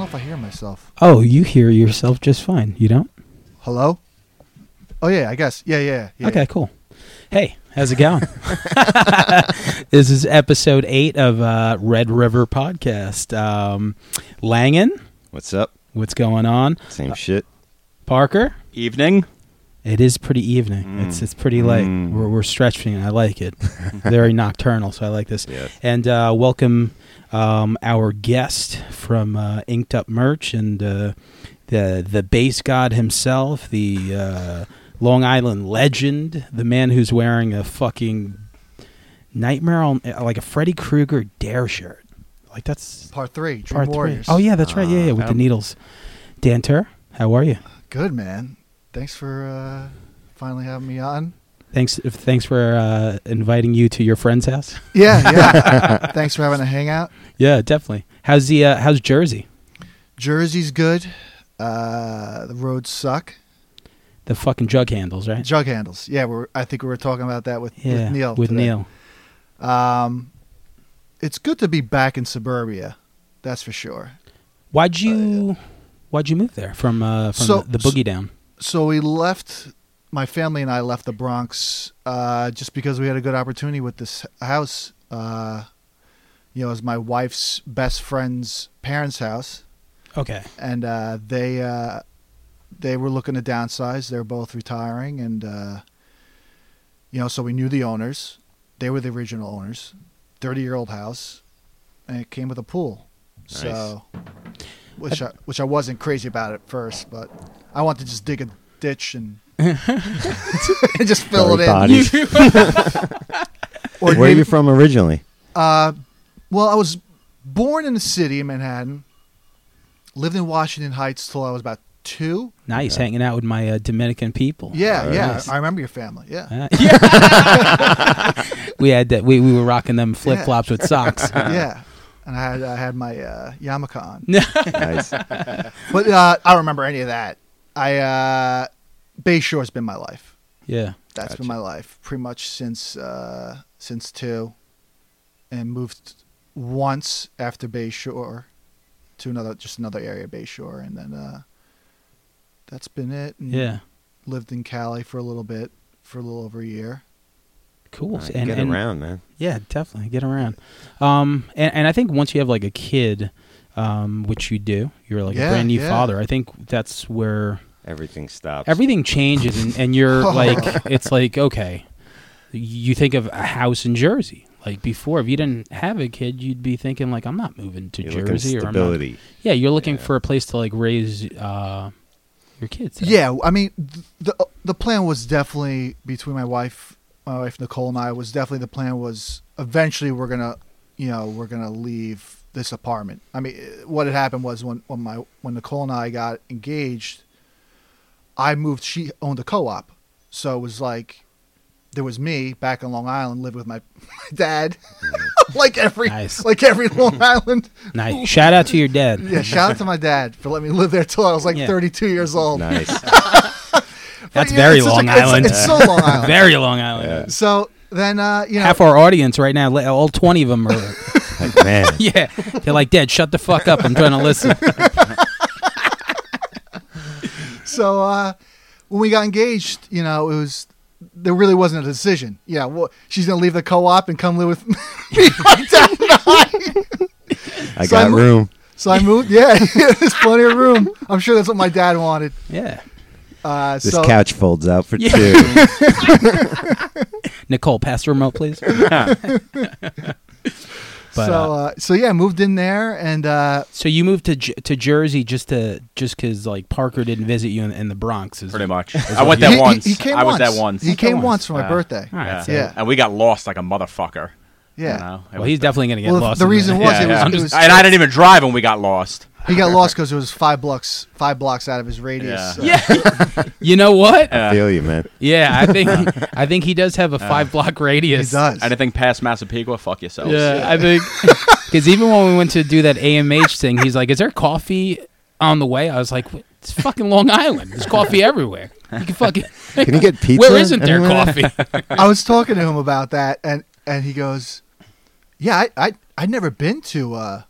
if I hear myself. Oh, you hear yourself just fine. You don't? Hello? Oh yeah, I guess. Yeah, yeah. yeah okay, cool. Hey, how's it going? this is episode eight of uh, Red River Podcast. Um, Langen, What's up? what's going on? Same shit. Parker, Evening. it is pretty evening. It's it's pretty late. Mm. We're, we're stretching. I like it. Very nocturnal, so I like this. Yes. And uh, welcome um, our guest from uh, Inked Up Merch and uh, the the bass god himself, the uh, Long Island legend, the man who's wearing a fucking nightmare on uh, like a Freddy Krueger dare shirt. Like that's Part three, Dream part three. Warriors. Oh yeah, that's right. Yeah, yeah, with the Um, needles. Danter, how are you? Good man. Thanks for uh, finally having me on. Thanks, thanks for uh, inviting you to your friend's house. Yeah, yeah. Thanks for having a hangout. Yeah, definitely. How's the uh, how's Jersey? Jersey's good. Uh, the roads suck. The fucking jug handles, right? Jug handles. Yeah, we're, I think we were talking about that with, yeah, with Neil. With today. Neil. Um, it's good to be back in suburbia. That's for sure. Why'd you Why'd you move there from uh, from Uh, So- the, the boogie down? so we left my family and I left the Bronx uh, just because we had a good opportunity with this house. Uh, you know, it was my wife's best friend's parents' house, Okay. and uh, they uh, they were looking to downsize. They were both retiring, and uh, you know, so we knew the owners. They were the original owners. Thirty year old house, and it came with a pool. So, which I, which I wasn't crazy about at first, but I wanted to just dig a ditch and, and just fill it Sorry, in. body. Or Where are you from originally? uh, well, I was born in the city in Manhattan. Lived in Washington Heights till I was about two. Nice hanging out with my uh, Dominican people. Yeah, yeah. Nice. I remember your family. Yeah. Uh, yeah. we had that. We, we were rocking them flip flops with socks. yeah. And I had I had my uh, yarmulke on. nice. But uh, I don't remember any of that. I uh, Bay Shore's been my life. Yeah. That's been my life pretty much since uh, since two, and moved once after Bay Shore to another just another area, Bay Shore, and then uh, that's been it. And Yeah. lived in Cali for a little bit, for a little over a year. Cool. Alright, and, Get and- around, man. Yeah, definitely get around. Um, and, and I think once you have like a kid, um, which you do, you're like Yeah, a brand new yeah. father. I think that's where Everything stops. everything changes, and, and you're like, it's like okay, you think of a house in Jersey. Like before, if you didn't have a kid, you'd be thinking like, I'm not moving to You're looking Jersey or I'm not. stability. Yeah, you're looking for a place to like raise uh, your kids. at. Yeah, I mean, th- the uh, the plan was definitely between my wife, my wife Nicole and I was definitely the plan was eventually we're gonna, you know, we're gonna leave this apartment. I mean, eh, what had happened was when when my when Nicole and I got engaged, I moved. She owned a co-op, so it was like there was me back in Long Island, lived with my, my dad, like every Nice. like every Long Island. Nice. Shout out to your dad. Yeah, shout out to my dad for letting me live there till I was like Yeah. 32 years old. Nice. That's Yeah, very it's such a- Long it's- Island. It's, so Long Island. Very Long Island. Yeah. So then, uh, you know, Half our audience right now, li- all twenty of them are. Like, man. Yeah. They're like, Dad, shut the fuck up. I'm trying to listen. so uh, when we got engaged, you know, it was there really wasn't a decision. Yeah, well, she's gonna leave the co-op and come live with me. right down the high. I So I got moved- room. so I moved. Yeah, there's plenty of room. I'm sure that's what my dad wanted. Yeah. Uh, This so couch folds out for Yeah. two. Nicole, pass the remote, please. But, so uh, uh, so yeah, moved in there and uh, so you moved to J- to Jersey just to just because like Parker didn't visit you in, in the Bronx. Is Pretty much. I went there he, he- once. He, came I was once. there once. He came once for my Yeah. birthday. All right. so- Yeah. And we got lost like a motherfucker. Yeah, You know? It Well, was he's bad. definitely gonna get Well, lost. the in reason was it was- I'm it just- was- and I didn't even drive when we got lost. he got lost because it was five blocks, five blocks out of his radius. Yeah. so- yeah. you know what? Yeah. Uh. Feel you, man. Yeah, I think I think he does have a five block radius. He does. Anything past Massapequa, fuck yourselves. Yeah, I think because even when we went to do that AMH thing, he's like, "Is there coffee on the way?" I was like, "What- "It's fucking Long Island. There's coffee everywhere. You can fucking Can you get pizza? where isn't there anywhere? coffee?" I was talking to him about that, and and he goes, "Yeah, I I I'd never been to uh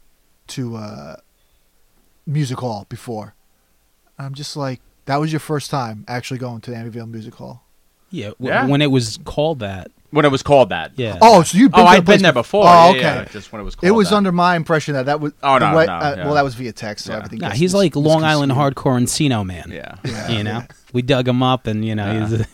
to uh music hall before. I'm just like, that was your first time actually going to the Amityville Music Hall. Yeah, w- Yeah. when it was called that. when it was called that. Yeah. Oh, so you've been Oh, to the I'd place been there before. Oh, Yeah, okay. yeah, just when it was called it was that. under my impression that that was. Oh, the no, way- no, uh, yeah. Well, that was via text, so Yeah. everything. Nah, gets he's mis- like Long Island misconstrued. hardcore Encino man. Yeah. You know, we dug him up, and you know, he's,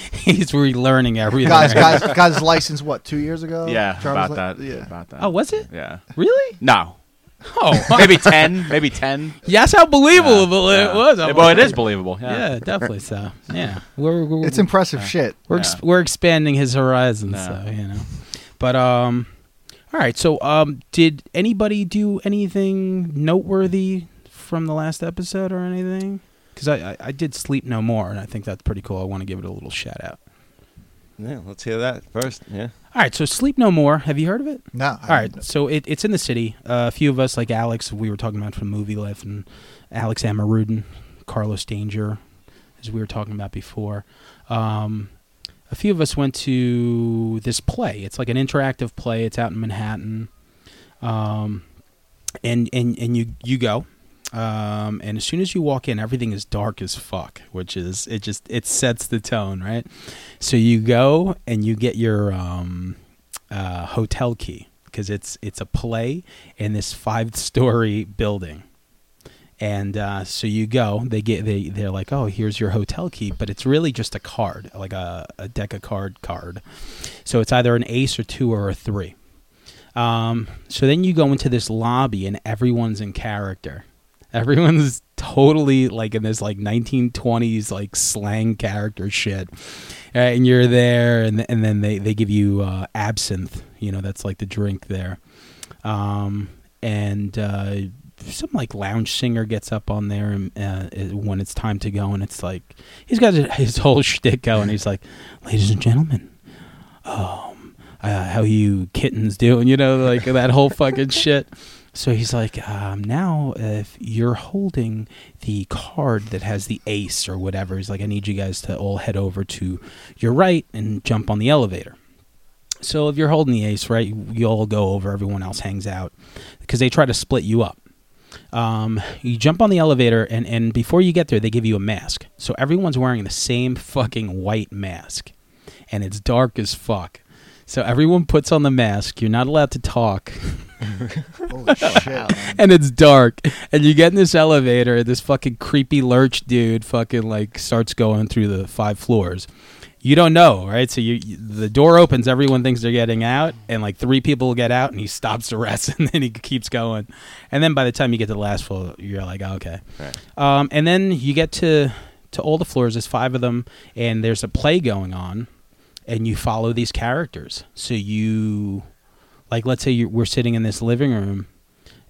he's relearning everything. Guys, guys, got his license what two years ago? Yeah, Driver's about li- that. Yeah, About that. Oh, was it? Yeah. Really? No. Oh, Maybe 10, maybe 10. yeah, that's how believable Yeah. it was. I'm Well, like, it is believable. Yeah, Yeah. definitely. So, yeah, we're, we're it's impressive shit. we're, ex- Yeah. we're expanding his horizons. Yeah. So you know, but um, all right. So um, did anybody do anything noteworthy from the last episode or anything? Because I, I I did sleep no more, and I think that's pretty cool. I want to give it a little shout out. Yeah, let's hear that first. Yeah. All right, so sleep no more. Have you heard of it? No, I All right, don't- so it, it's in the city. Uh, a few of us, like Alex, we were talking about from Movie Life, and Alex Amarudin, Carlos Danger, as we were talking about before. Um, a few of us went to this play. It's like an interactive play. It's out in Manhattan, um, and and and you you go, um, and as soon as you walk in, everything is dark as fuck, which is it just it sets the tone, right? So you go and you get your um, uh, hotel key because it's it's a play in this five story building. And uh, so you go. They get they they're like, oh, here's your hotel key, but it's really just a card, like a a deck of card card. So it's either an ace or two or a three. Um, so then you go into this lobby and everyone's in character. Everyone's totally like in this like 1920s like slang character shit. Uh, and you're there and and then they they give you uh, absinthe, you know, that's like the drink there. Um, and uh, some like lounge singer gets up on there and, uh, it- when it's time to go and it's like he's got his whole shtick going. He's like, "Ladies and gentlemen, uh, how you kittens doing, you know, like that whole fucking shit. So he's like, um, now if you're holding the card that has the ace or whatever, he's like, I need you guys to all head over to your right and jump on the elevator. So if you're holding the ace, right, you you all go over, everyone else hangs out because they try to split you up. Um, you jump on the elevator, and, and before you get there, they give you a mask. So everyone's wearing the same fucking white mask, and it's dark as fuck. So everyone puts on the mask. You're not allowed to talk, Holy shit! man. and it's dark. And you get in this elevator, and this fucking creepy lurch dude fucking like starts going through the five floors. You don't know, right? So you, you the door opens, everyone thinks they're getting out, and like three people get out, and he stops the rest, and then he keeps going. And then by the time you get to the last floor, you're like, oh, okay. Right. Um, and then you get to to all the floors. There's five of them, and there's a play going on, and you follow these characters. So you, like, let's say you're, we're sitting in this living room,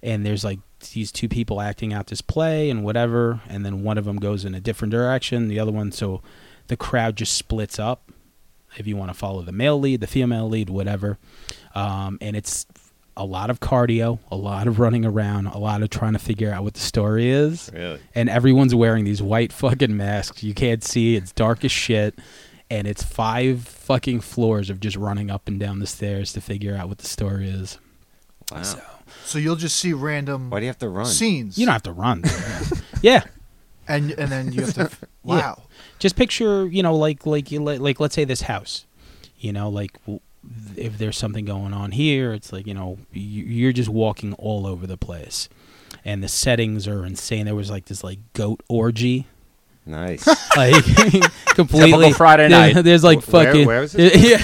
and there's like these two people acting out this play and whatever, and then one of them goes in a different direction, the other one. So the crowd just splits up. If you want to follow the male lead, the female lead, whatever, um, and it's a lot of cardio, a lot of running around, a lot of trying to figure out what the story is Really? and everyone's wearing these white fucking masks. You can't see. It's dark as shit, and it's five fucking floors of just running up and down the stairs to figure out what the story is. Wow. So you'll just see random Why do you have to run? scenes. You don't have to run. yeah, and and then you have to. Yeah. wow. just picture you know like like you like, like let's say this house you know like w- if there's something going on here it's like you know you- you're just walking all over the place and the settings are insane there was like this like goat orgy Nice. like completely Typical Friday there- night. There's like Wh- where- fucking where was yeah.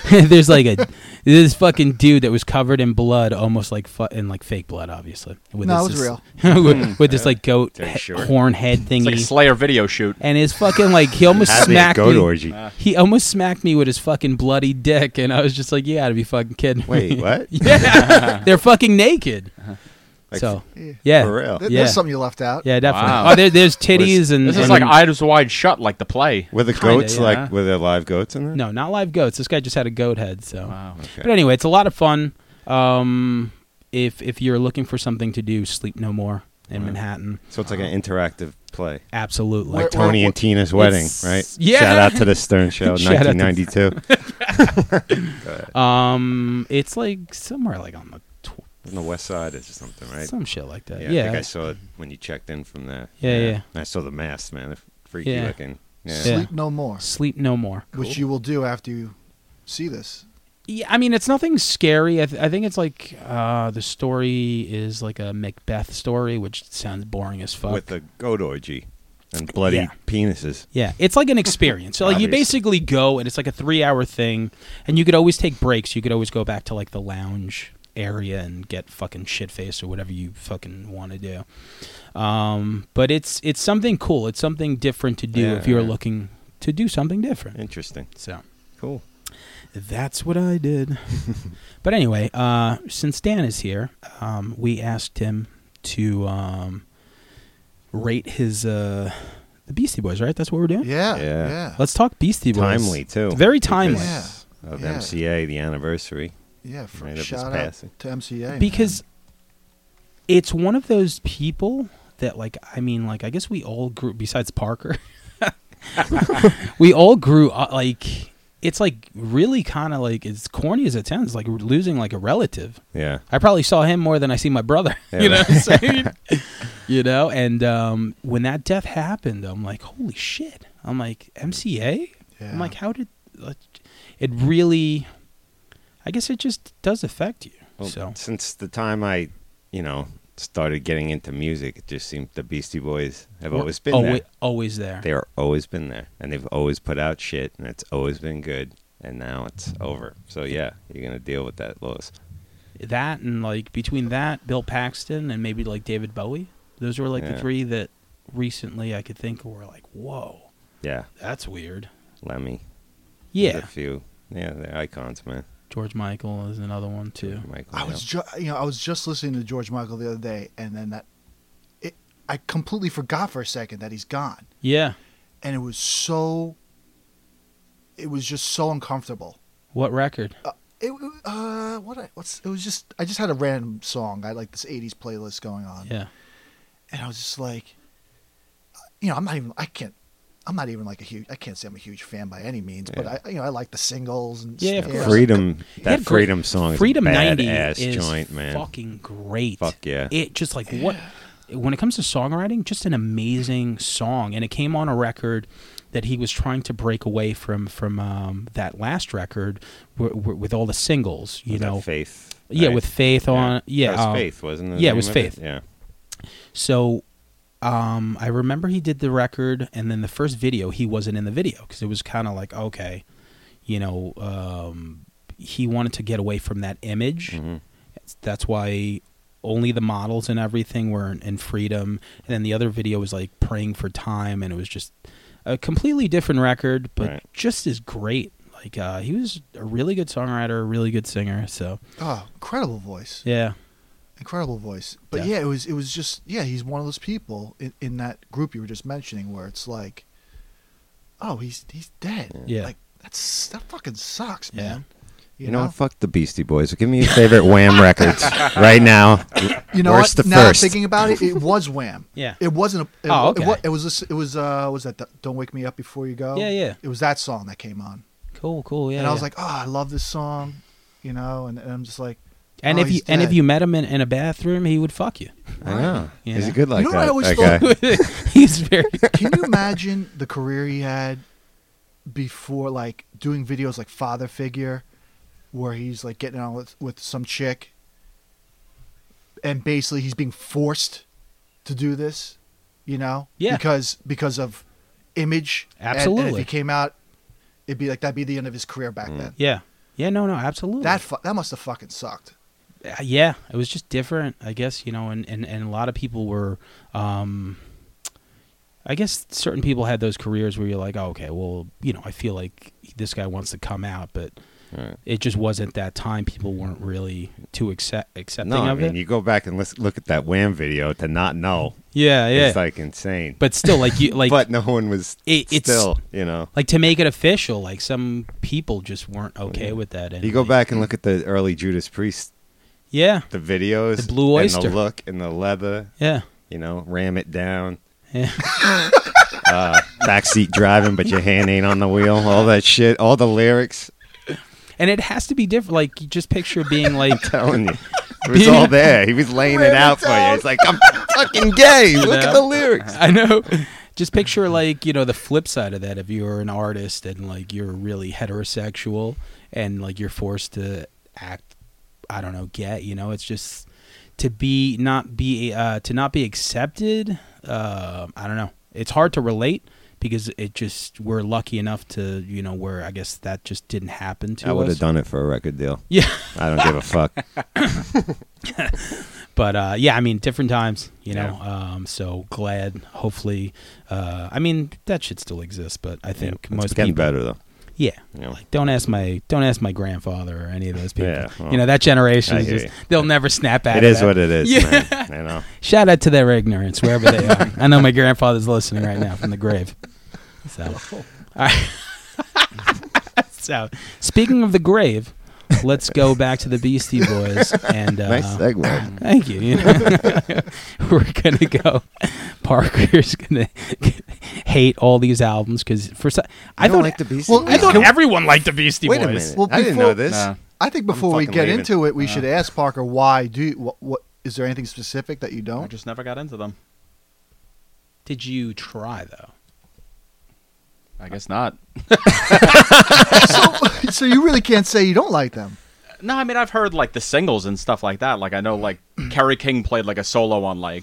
there's like a this fucking dude that was covered in blood, almost like fu- in like fake blood, obviously. With No, this, it was real. with, with this like goat Very he- Hmm. short. horn head thingy, It's like a Slayer video shoot. and his fucking like he almost Had me a smacked goat me. orgy. He almost smacked me with his fucking bloody dick, and I was just like, "You gotta be fucking kidding." me." Wait, what? Uh-huh. yeah, they're fucking naked. Like, so Yeah. yeah, For real? Th- Yeah. There's something you left out. yeah, definitely. Wow. Oh, there, there's titties and This and- is like Eyes Wide Shut, like the play. Were the Kinda, goats yeah. like were there live goats in there? No, not live goats. This guy just had a goat head. So, Wow. but anyway, it's a lot of fun. Um, if if you're looking for something to do, Sleep No More in Manhattan, So it's like Uh-huh. an interactive play. absolutely. Where- Like, where- Tony and Tina's wedding, It's- right? yeah. Shout out to the Stern Show, Shout out to- 1992. um, it's like somewhere like on the tw- on the west side or something, right? Some shit like that. yeah, Yeah. I think I saw it when you checked in from there. Yeah, yeah. And I saw the mask, man. They're freaky Yeah. looking. Yeah. Yeah. Sleep no more, Sleep no more. which you will do after you see this. Yeah, I mean, it's nothing scary. I, th- I think it's like uh, the story is like a Macbeth story, which sounds boring as fuck. With the goat orgy and bloody Yeah. penises. yeah, it's like an experience. So, like you Obviously. basically go, and it's like a three-hour thing, and you could always take breaks. You could always go back to like the lounge area and get fucking shit faced or whatever you fucking want to do. Um, but it's it's something cool. It's something different to do Yeah, if you're yeah. looking to do something different. Interesting. So. Cool. That's what I did. but anyway, uh, since Dan is here, um, we asked him to um, rate his uh, the Beastie Boys. Right? That's what we're doing. Yeah, Yeah. yeah, Let's talk Beastie Boys. Timely, too. Very timely. Yeah. Of Yeah. MCA, the anniversary. yeah. For Right up his shout out passing. to MCA because it's one of those people that like i mean like i guess we all grew besides parker we all grew up like it's like really kind of like as corny as it sounds like losing like a relative Yeah. i probably saw him more than i see my brother Yeah, you know what i'm saying you know and um when that death happened i'm like holy shit i'm like mca Man. i'm like how did like, it really i guess it just does affect you Well, so Since the time I, you know, started getting into music, it just seemed the Beastie Boys have We're always been alwa- there. Always there. They are always been there, and they've always put out shit, and it's always been good. And now it's over. So yeah, you're gonna deal with that loss. That and like between that, Bill Paxton and maybe like David Bowie. Those were like the Yeah. three that recently I could think were like, whoa, Yeah, that's weird. Lemmy. There's Yeah, a few. Yeah, they're icons, man. George Michael is another one too. Michael. I yeah. was ju- you know I was just listening to George Michael the other day, and then that it I completely forgot for a second that he's gone, Yeah. and it was so it was just so uncomfortable. What record? It uh what I, what's it was just I just had a random song I had, like this '80s playlist going on, Yeah. and I was just like, you know I'm not even I can't. I'm not even like a huge. I can't say I'm a huge fan by any means, but I, you know, I like the singles and Yeah, of stuff. course. Freedom. He That had great- Freedom song. Freedom is a ninety badass is joint, man. fucking great. Fuck yeah. It just like what when it comes to songwriting, just an amazing song, and it came on a record that he was trying to break away from from um, that last record w- w- with all the singles. You Was that know, Faith. yeah, right? with Faith on. Yeah, That was um, Faith, wasn't it? yeah, it was Faith. Yeah. So um, I remember he did the record, and then the first video, he wasn't in the video because it was kind of like, okay, you know, um, he wanted to get away from that image. Mhm. That's why only the models and everything were in, in Freedom. And then the other video was like Praying for Time, and it was just a completely different record, but Right. just as great. Like uh, he was a really good songwriter, a really good singer. So Oh, incredible voice. yeah, incredible voice. But Yeah. yeah. it was it was just yeah, he's one of those people in, in that group you were just mentioning where it's like, oh, he's he's dead. Yeah. like that's that fucking sucks, Yeah. man. You, know, what? Fuck the Beastie Boys. Give me your favorite Wham records right now. you know Worst what? to Now first. thinking about it, it was Wham. Yeah. it wasn't a. It, Oh, wa- okay. it, wa- it was a s- it was uh was that the, "Don't Wake Me Up Before You Go"? Yeah, yeah. It was that song that came on, cool, cool. Yeah, and I was yeah. like, oh, I love this song, you know, and, and I'm just like, And Oh, if you he's and if dead. you met him in, in a bathroom, he would fuck you. I know. Yeah. Is it good like know what I that? always Okay. thought? He's very Can you imagine the career he had before, like doing videos like Father Figure, where he's like getting on with, with some chick, and basically he's being forced to do this, you know? Yeah. Because because of image. And- And, Absolutely. if he came out, it'd be like that'd be the end of his career back Mm. then. yeah, yeah. No, no, absolutely. That fu- that must have fucking sucked. Uh, yeah, it was just different, I guess. You know, and and and a lot of people were. um I guess certain people had those careers where you're like, oh, okay, well, you know, I feel like this guy wants to come out, but Right. it just wasn't that time. People weren't really too accept accepting No, I of it. mean you go back and listen, look at that Wham video to not know. yeah, yeah. It's like insane. but still, like you, like but no one was It- it's- still, you know. like to make it official, like some people just weren't okay with that. And You go like- back and look at the early Judas Priest, yeah, the videos, The Blue Oyster. and the look and the leather, yeah, you know, ram it down, yeah. uh, backseat driving, but your hand ain't on the wheel, all that shit, all the lyrics. and it has to be different. Like you just picture being like Telling you, It was all there. He was laying it out for you. It's like I'm fucking gay. Look Yeah. at the lyrics. I know. Just picture like you know the flip side of that. If you're an artist and like you're really heterosexual and like you're forced to act, I don't know, gay. You know, it's just to be not be uh, to not be accepted. Uh, I don't know. It's hard to relate because it just we're lucky enough to you know where I guess that just didn't happen to I would us. have done it for a record deal. Yeah, I don't give a fuck. but uh, yeah, I mean, different times, you know. Yeah. Um, so glad. Hopefully, uh, I mean that should still exist, but I think it's most getting people, better though. yeah. Yeah. Like, don't ask my don't ask my grandfather or any of those people. Yeah, well, you know that generation I is hear just you. they'll never snap out. It of is that. what it is, Yeah. man. You know. Shout out to their ignorance wherever they are. I know my grandfather's listening right now from the grave. So, all right. so speaking of the grave, let's go back to the Beastie Boys and uh, nice segue. Thank you. you know. We're gonna go. Parker's gonna hate all these albums because for so- I You don't thought like the Beastie Well, I Boys? thought everyone liked the Beastie Wait a Boys. minute. Well, I didn't before- know this. Nah. I think before we fucking get leaving. into it, Uh-huh. we should ask Parker why do you, what, what is there anything specific that you I don't? just never got into them. did you try though? I guess not. so, so you really can't say you don't like them. No, I mean I've heard like the singles and stuff like that. Like I know like Kerry King played like a solo on like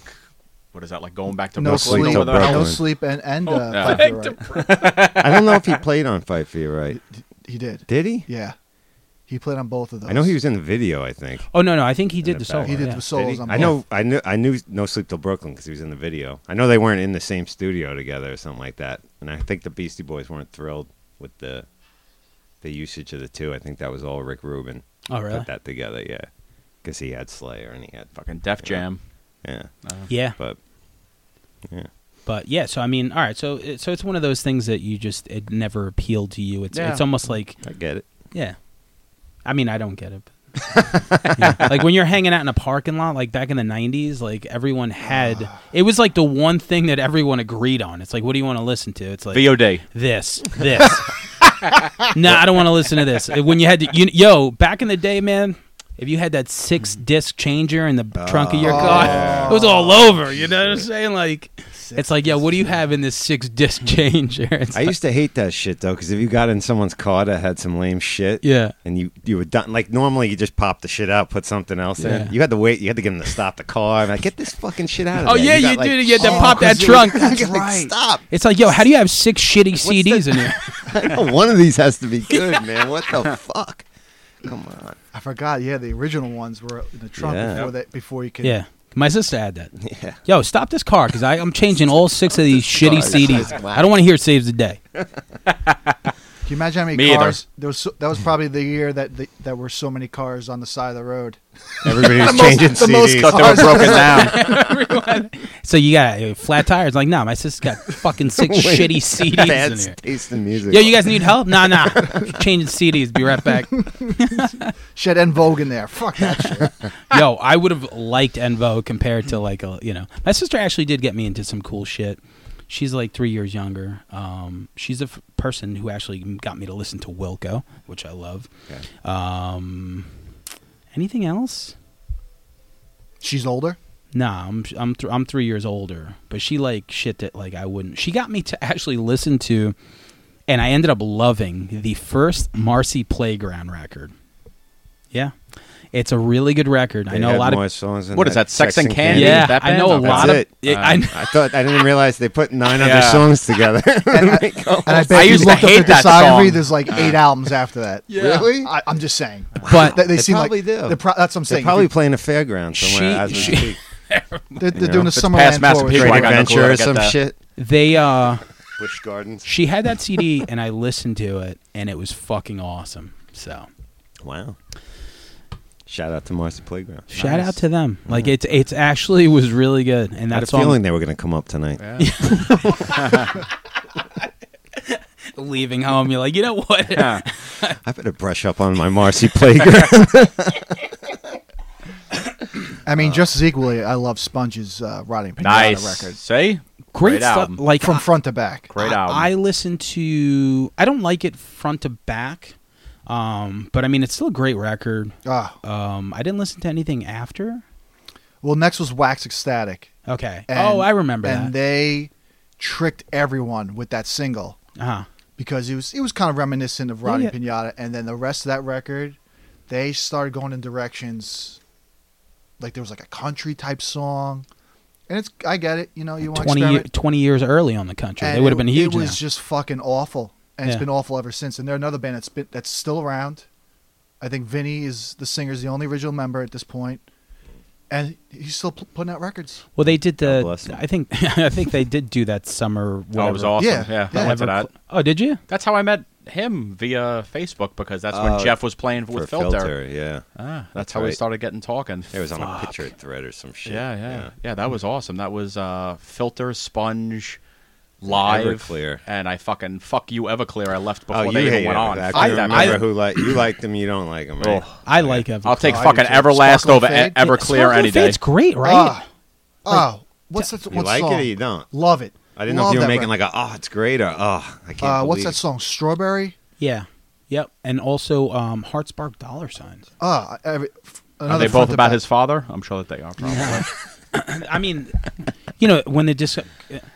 what is that like going back to No Brooklyn? sleep, or whatever. Brooklyn. no sleep, and and uh, yeah. Fight for Your Right. I don't know if he played on Fight for Your Right. He did. Did he? Yeah, he played on both of those. I know he was in the video. I think. Oh no, no, I think he did the the solo. back. He did yeah. the solos Did he? on. I both. know. I knew. I knew No Sleep Till Brooklyn because he was in the video. I know they weren't in the same studio together or something like that. And I think the Beastie Boys weren't thrilled with the the usage of the two. I think that was all Rick Rubin Oh really? put that together. Yeah, because he had Slayer and he had Fucking Def Jam. yeah. Yeah, But yeah, but yeah. So I mean, all right. So it- so it's one of those things that you just it never appealed to you. It's Yeah. it's almost like I get it. yeah. I mean, I don't get it. but- Yeah. Like when you're hanging out in a parking lot, like back in the '90s, like everyone had it was like the one thing that everyone agreed on. It's like, what do you want to listen to? It's like VOD. this, this. no, I don't want to listen to this. When you had to, you, yo, back in the day, man, if you had that six Mm. disc changer in the trunk of your Oh, car, yeah. it was all over. You know what I'm saying? Like, it's like, yo, what do you have in this six disc changer? It's I like, used to hate that shit though, because if you got in someone's car that had some lame shit, Yeah. and you you were done. Like normally you just pop the shit out, put something else Yeah. in. You had to wait. You had to get them to stop the car. I'm like, get this fucking shit out of oh there. yeah, you, got, like, do. You had to oh, pop that 'cause you were- trunk. That's Like, right. Stop. It's like, yo, how do you have six shitty CDs in here? I know one of these has to be good, man. What the fuck? Come on. I forgot. Yeah, the original ones were in the trunk Yeah. before that. Before you could. Yeah. My sister had that. Yeah. Yo, stop this car because I'm changing all six of these shitty CDs. I don't want to hear Saves the Day. Can you imagine how many Me either. cars? There was so, that was probably the year that the, that were so many cars on the side of the road. Everybody's changing the most CDs. Thought they were broken down. So you got uh, flat tires? Like, no, my sister got fucking six Wait. shitty CDs in Bad here. taste in music. Yo, you guys need help? Nah, nah. Changing CDs. Be right back. She had En Vogue in there. Fuck that shit. Yo, I would have liked Envo compared to like a you know. My sister actually did get me into some cool shit. She's like three years younger. Um, she's a f- person who actually got me to listen to Wilco, which I love. Okay. Um, anything else? She's older. Nah, I'm I'm th- I'm three years older, but she like shit that like I wouldn't. She got me to actually listen to, and I ended up loving the first Marcy Playground record. Yeah, it's a really good record. They I know a had lot more of songs than What is that, Sex and Candy? yeah, that I band? know a Okay. lot That's of. it. Yeah, I, I thought I didn't realize they put nine other Yeah. sonks together. oh And I bet I you used to looked up the hate that discography. song. There's like eight albums after that. Yeah. Really? I, I'm just saying. But- they, they They seem probably like do. they're Pro- that's what I'm They're saying. probably playing a fairground She- somewhere. as she- we speak. they're, they're know, doing the if it's Summerland past Master tour. with Picchu, Drake. I Great got no Adventure clue how or to get some that. shit. they uh, Bush Gardens. she had that CD, and I listened to it, and it was fucking awesome. So Wow. Shout out to Marcy Playground. shout out to them. Like it's it's actually was really good, and I had a that's feeling they were going to come up tonight. leaving home. You're like, you know what? I better brush up on my Marcy Playground. I mean, just as equally, I love Sponge's uh, Rotting Pinata Nice. record See? Great, Great stuff. album. Like from front to back. Great I, album. I listen to. I don't like it front to back. Um, but I mean, it's still a great record. Ah, Um, I didn't listen to anything after. well, next was Wax Ecstatic. Okay. And- oh, I remember And that. they tricked everyone with that single uh-huh. because it was it was kind of reminiscent of Roddy yeah. Pinata. And then the rest of that record, they started going in directions like there was like a country type song, and it's I get it. You know, you want 20, to ye- 20 years early on the country. And they would have it- been huge. It was now. just fucking awful, and Yeah. it's been awful ever since. And they're another band that's been, that's still around. I think Vinny is the singer's the only original member at this point, and he's still p- putting out records. well, they did God bless the. them. I think I think they did do that summer. Oh, Whatever. it was awesome. Yeah, Yeah, yeah. I went Whatever to that. cl- Oh, did you? That's how I met him via Facebook because that's when Oh, Jeff was playing For with Filter. yeah. Ah, that's, That's how we right. started getting talking. It was on a Fuck. picture thread or some shit. yeah, yeah, yeah, That was awesome. That was uh, Filter, Sponge, Live, Everclear. and I fucking fuck you, Everclear. I left Oh, before you they even hate went it. on. I Fuck can that remember band. who like you like them. You don't like them, right? Oh. I like Everclear. I'll take I do fucking too. Everlast Sparkle over Fade. E- Everclear Sparkle any day. Fade's great, right? Ah, oh, what's that? You What like song? it or you don't? Love it. I didn't know Love if you were that making record. like a oh, it's great or oh, I can't. Uh, what's believe that it." song? Strawberry. yeah. Yep. And also um, Heartspark Dollar Signs. Ah, every, f- Are another they front both to about back. his father? I'm sure that they are. Probably. I mean, you know, when the disc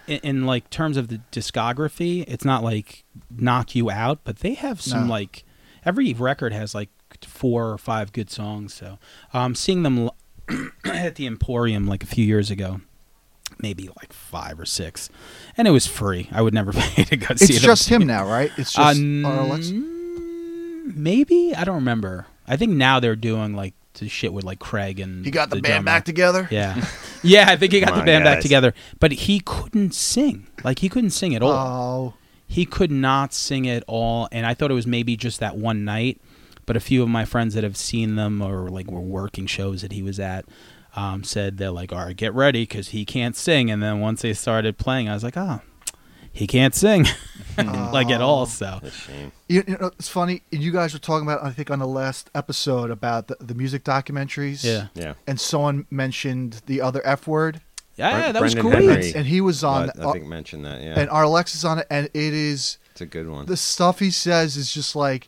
in, in like terms of the discography, it's not like knock you out, but they have some No. like every record has like four or five good songs. So, um, seeing them l- at the Emporium like a few years ago, maybe like five or six, and it was free. I would never pay to go see It's them. just him now, right? It's Uh, just RLX. mm, maybe I don't remember. I think now they're doing like the shit with like Craig and He got the, band drummer. back together. Yeah. Yeah, I think he got Come the on, band back guys. together. But he couldn't sing. Like he couldn't sing at all. Oh, he could not sing at all. And I thought it was maybe just that one night. But a few of my friends that have seen them or like were working shows that he was at um, said they're like, all right, get ready because he can't sing. And then once they started playing, I was like, oh, he can't sing like Oh. at all. So That's a shame. You, you know, it's funny. You guys were talking about, I think, on the last episode about the, the music documentaries. Yeah. Yeah. And someone mentioned the other F word, yeah, that was Brendan great. Henry. and he was on, uh, But I think mentioned that. Yeah, and RLX is on it, and it is it's a good one. the stuff he says is just like,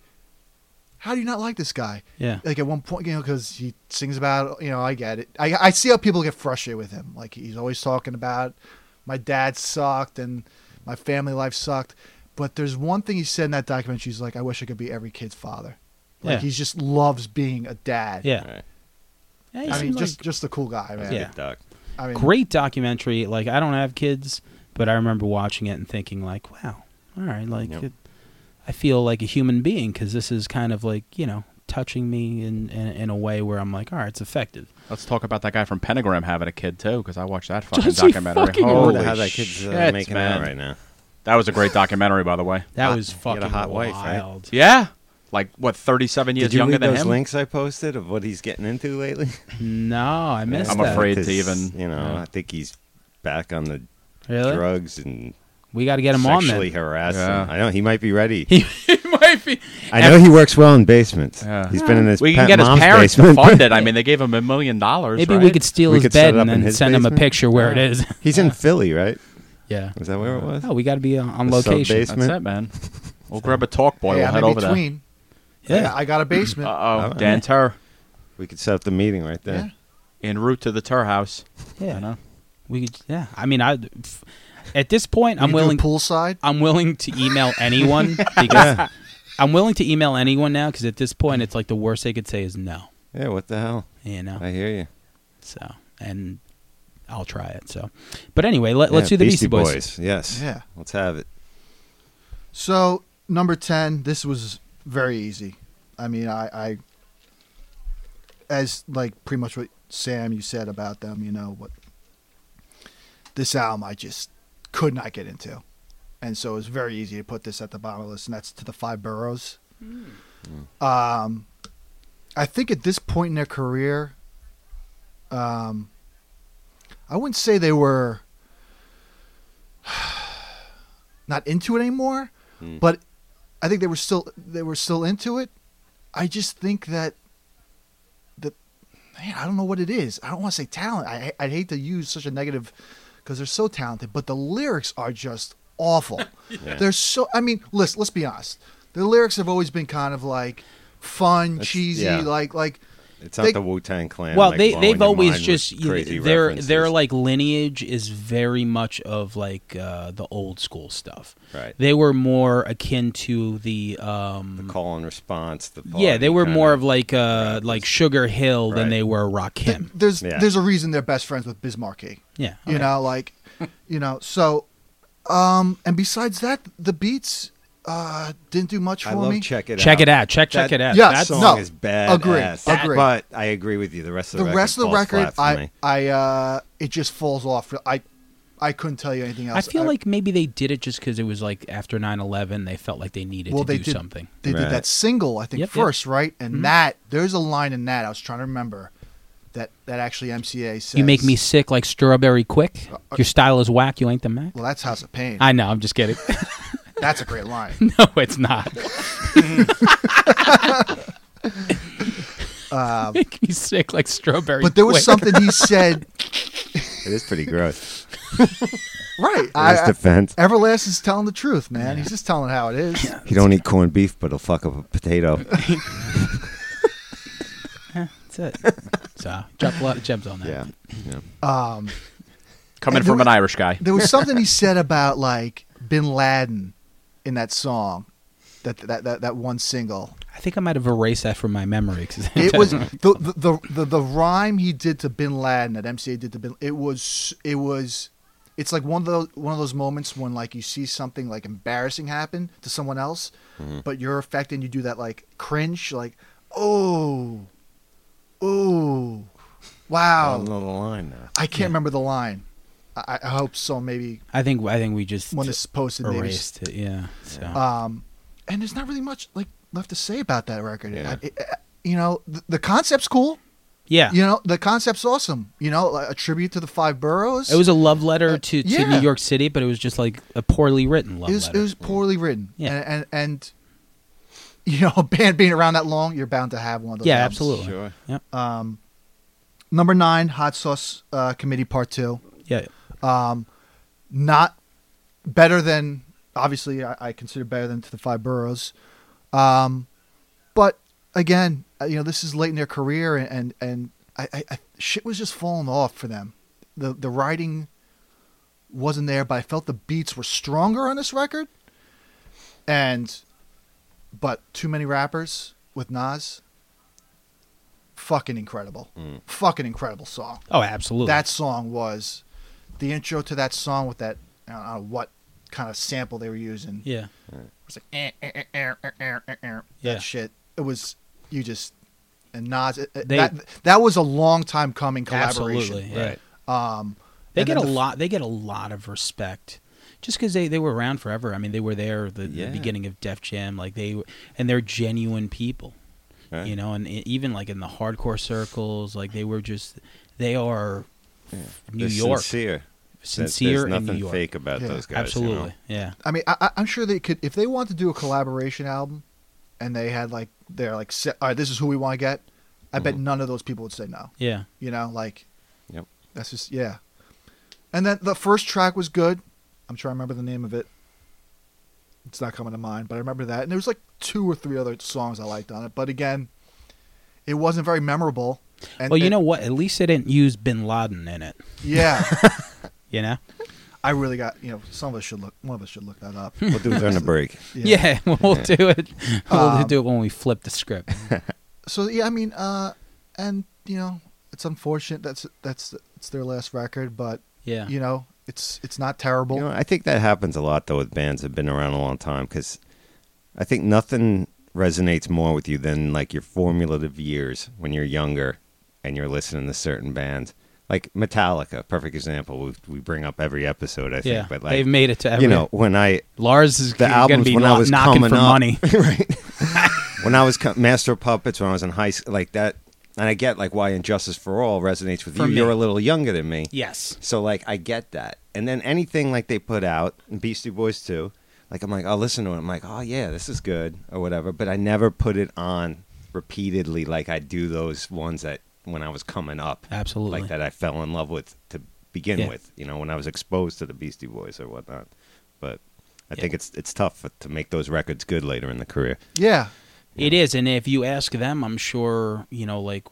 how do you not like this guy? Yeah. Like at one point, you know, because he sings about, you know, I get it. I I see how people get frustrated with him. Like he's always talking about my dad sucked and my family life sucked. But there's one thing he said in that documentary. He's like, I wish I could be every kid's father. Like Yeah. he just loves being a dad. Yeah. All right. Yeah, he I mean, seemed just like- just a cool guy, man. Yeah. Good doc. I mean, great documentary. Like I don't have kids, but I remember watching it and thinking like, wow, all right, like Yep. it, I feel like a human being because this is kind of like you know touching me in, in in a way where I'm like, all right, it's effective. Let's talk about that guy from Pentagram having a kid too, because I watched that fucking Does he documentary. fucking Oh, Holy Holy how that kid's uh, shit, making man. out right now. That was a great documentary, by the way. That Hot- was he had fucking a hot wife, right? wild. Yeah, like what, thirty-seven years Did you younger read than those him. links I posted of what he's getting into lately? No, I missed I'm that. afraid to Because, even- You know, Yeah. I think he's back on the Really? drugs and We got to get him on sexually then. harassing. Yeah. I know he might be ready. He, he might be. I know he works well in basements. Yeah. He's been in his We can pet get his mom's parents to basement. fund it. I mean, they gave him a million dollars. Maybe right? we could steal We his could set bed it up and in then his send him a basement? picture where it is. he's in Philly, right? yeah. Is that where it was? Oh, we got to be on, on The location. sub-basement? That's it, man. We'll grab a talk boy. hey, we'll I'm head in over between. Yeah. Yeah, I got a there. basement. Uh oh, Alright. Dan Tur, We could set up the meeting right yeah. there. en route to the Tur house. Yeah. You know? We could, yeah. I mean, I f- at this point, We I'm could do willing. poolside. I'm willing to email anyone because I'm willing to email anyone now because at this point, it's like the worst they could say is no. Yeah, what the hell? You know, I hear you. so and I'll try it. So, but anyway, let, let's do the Beastie, Boys. Yes. Yeah. Let's have it. So number ten, this was very easy. I mean, I, I as like pretty much what Sam you said about them. You know what? This album I just could not get into, and so it was very easy to put this at the bottom of the list, and that's to the Five Boroughs. Um, I think at this point in their career, um, I wouldn't say they were not into it anymore, Mm. but I think they were still they were still into it. I just think that the man, I don't know what it is. I don't want to say talent. I I hate to use such a negative because they're so talented, but the lyrics are just awful. Yeah. They're so. I mean, listen. Let's be honest. The lyrics have always been kind of like fun, That's- cheesy, yeah. like like It's not They- the Wu Tang Clan. well, like, they blowing they've your always mind with just you- crazy their their references. like lineage is very much of like uh, the old school stuff. Right. They were more akin to the um call and response. The yeah, they were party more of kinda- like uh rappers. like Sugar Hill than Right. they were Rakim. there's Yeah. Oh, there's a reason they're best friends with Bismarcky. Yeah. You know, like you know, so um and besides that, the beats uh didn't do much for I love me. check it. Check out. it out. Check check That- it out. Yes, That That's- song No, is bad. agree, agree. But I agree with you. The rest of the the, rest of the falls record flat for I me. I uh it just falls off. I I couldn't tell you anything I else. feel like maybe they did it just because it was like after 9-11, they felt like they needed well to they do did something. they Right. did that single I think Yep, Mm-hmm. yep. first, right? And that there's a line in that I was trying to remember that that actually MCA says You make me sick like strawberry quick. Uh, Your style is whack. You ain't the Mac. Well, that's House of Pain. I know. I'm just kidding. That's a great line. no, it's not. Make me sick like strawberry. Uh, But there was quick. something he said. It is pretty gross. Right. In his I, I, defense, Everlasting's telling the truth, man. He's just telling how it is. you don't eat corned beef, but it'll fuck up a potato. That's it. So drop a lot of gems on that. yeah. yeah. Um, Coming And there from was- an Irish guy. there was something he said about like Bin Laden in that song, that that that, that one single. I think I might have erased that from my memory. 'cause- It was the the, the the the rhyme he did to Bin Laden that MCA did to Bin. It was it was. It's like one of those one of those moments when like you see something like embarrassing happen to someone else, but you're affected and you do that like cringe, like oh, oh, wow. On the line now. I can't remember the line. I, I hope so. Maybe I think. I think we just when it's posted, maybe. s- erased it. Yeah. So. Um, and there's not really much like left to say about that record. Yeah. I, I- you know, the, the concept's cool. yeah. You know, the concept's awesome. You know, like a tribute to the five boroughs. It was a love Uh, letter to, to yeah. New York City, but it was just like a poorly written love it was, letter. it was poorly written. Yeah. And, and and you know, a band being around that long, you're bound to have one of those. yeah, albums. absolutely. Sure. Yep. Number nine, Hot Sauce uh, Committee Part Two. yeah. not better than obviously I, I consider better than to the five boroughs um but again uh, you know this is late in their career and and, and I, I, I shit was just falling off for them the the writing wasn't there but i felt the beats were stronger on this record and but too many rappers with nas fucking incredible fucking incredible song Oh, absolutely. that song was the intro to that song with that I don't know what kind of sample they were using. yeah. It was like eh, eh, eh, eh, eh, eh, eh, eh, Yeah. that shit. It was you just and Nas. It, it- They- that that was a long time coming collaboration. Absolutely. Yeah. Right. Um, They and get then a the- lot. They get a lot of respect, just because they, they were around forever. I mean, they were there the, Yeah. the beginning of Def Jam. Like they and they're genuine people, Right. you know. And e- even like in the hardcore circles, like they were just they are New They're York Sincere. There- sincere There's in New nothing York. fake about Yeah. those guys. Absolutely. You know? Yeah. I mean, I, I- I'm sure they could if they want to do a collaboration album, and they had like they're like set, all right, this is who we want to get. I bet Mm-hmm. none of those people would say no. Yeah. You know, like Yep. That's just yeah. And then the first track was good. I'm trying to remember the name of it. It's not coming to mind, but I remember that. And there was like two or three other songs I liked on it. But again, it wasn't very memorable. And, well, you and- know what? At least they didn't use Bin Laden in it. yeah, You know. I really got you know. Some of us should look. One of us should look that up. We'll do it on the break. Yeah. we'll do it. We'll Um, do it when we flip the script. So yeah, I mean, uh, and you know, it's unfortunate that's that's it's their last record, but Yeah. you know, it's it's not terrible. You know, I think that happens a lot though with bands that have been around a long time because I think nothing resonates more with you than like your formulative years when you're younger and you're listening to certain bands. Like Metallica, perfect example. We we bring up every episode, I think. yeah. But like, They've made it to every. you know, when I Lars is the going to albums be when I kno- was knocking coming for up, money. right? when I was co- Master of Puppets, when I was in high school, like that, and I get like why Injustice for All resonates with For you. me. You're a little younger than me, Yes. so like I get that. And then anything like they put out, and Beastie Boys too, like I'm like, I'll listen to it. I'm like, oh yeah, this is good or whatever. But I never put it on repeatedly like I do those ones that when I was coming up. Absolutely. Like that I fell in love with to begin Yeah. with, you know, when I was exposed to the Beastie Boys or whatnot. But I think it's it's tough to make those records good later in the career. Yeah. It is, and if you ask them, I'm sure you know, like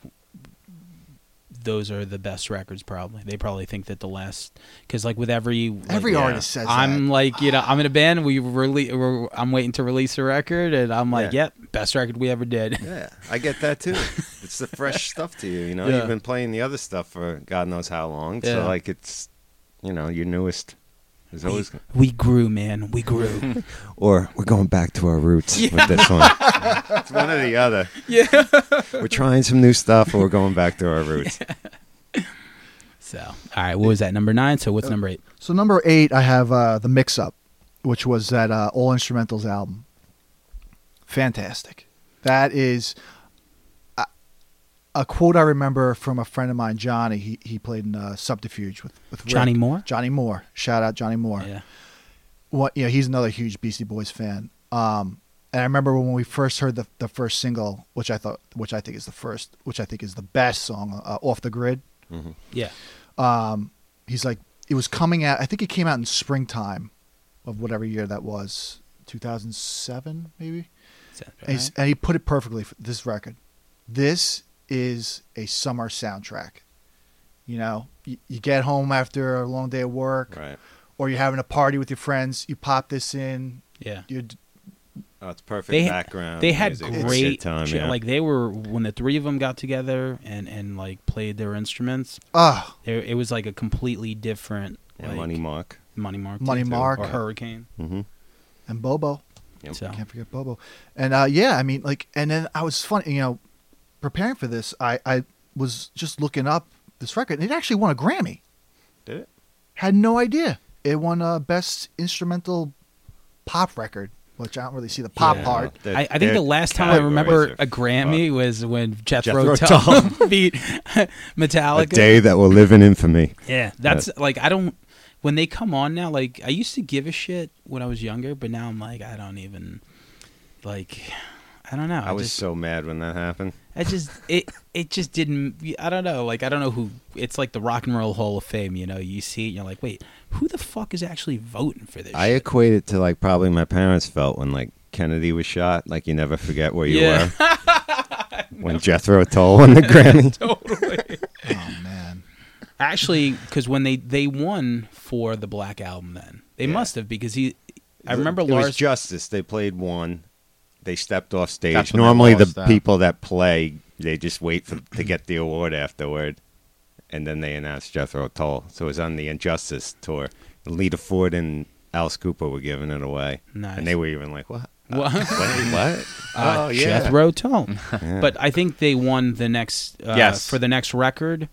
those are the best records. Probably they probably think that the last because like with every like, Every yeah. artist says I'm that. like you know I'm in a band. We release. I'm waiting to release a record, and I'm like, Yeah. yep, best record we ever did. Yeah, I get that too. it's the fresh stuff to you. You know, Yeah. you've been playing the other stuff for God knows how long. Yeah. So like, it's you know your newest is We, always. we grew, man. We grew. Or we're going back to our roots with this one. it's one or the other. yeah. We're trying some new stuff, or we're going back to our roots. So, all right, what was that number nine? So, Uh, what's number eight? So number eight, I have uh, the mix up, which was that uh, all instrumentals album. Fantastic. That is uh, a, a quote I remember from a friend of mine, Johnny. He he played in uh, Subterfuge with with Rick. Johnny Moore? Johnny Moore. Shout out Johnny Moore. Yeah. What you know, he's another huge Beastie Boys fan. Um, and I remember when we first heard the the first single, which I thought, which I think is the first, which I think is the best song, uh, "Off the Grid." Yeah. he's like it was coming out i think it came out in springtime of whatever year that was 2007 maybe Sounds about and, he's, and he put it perfectly for this record this is a summer soundtrack you know you, you get home after a long day of work Right. or you're having a party with your friends you pop this in right. Yeah. you Oh, it's perfect They- background. They had music. It's good great time. shit. yeah. Like they were when the three of them got together and and like played their instruments. ah they- It was like a completely different Yeah, like, Money Mark. money mark, Money too, Mark. or hurricane. Mm-hmm. and bobo Yep. So Can't forget Bobo. And uh, yeah, I mean, like, and then I was funny, you know, preparing for this, I, I was just looking up this record, and it actually won a Grammy. Did it? Had no idea. It won a best instrumental pop record, which I don't really see the pop Yeah. part. Well, I, I their think the last time I categories remember are a Grammy was when Jethro, Jethro Tull beat a Metallica. day that will live in infamy. Yeah, that's like I don't. When they come on now, like I used to give a shit when I was younger, but now I'm like I don't even like. I don't know. I was just, so mad when that happened. I just it it just didn't. I don't know. Like I don't know who. It's like the Rock and Roll Hall of Fame. You know, you see it, and you're like, wait, who the fuck is actually voting for this? I shit? equate it to like probably my parents felt when like Kennedy was shot. Like you never forget where you Yeah. were. when Jethro Tull won the Grammy. totally. Oh man, actually, because when they they won for the Black Album, then they Yeah. must have because he. I remember it was Lars. Justice. They played one. They stepped off stage. That's when they Normally, the lost that. people that play, they just wait for, to get the award afterward, and then they announced Jethro Tull. So it was on the Injustice tour. Lita Ford and Alice Cooper were giving it away, Nice. and they were even like, "What? What? Wait, what? uh, oh yeah, Jethro Tull. Yeah. But I think they won the next uh, Yes. for the next record,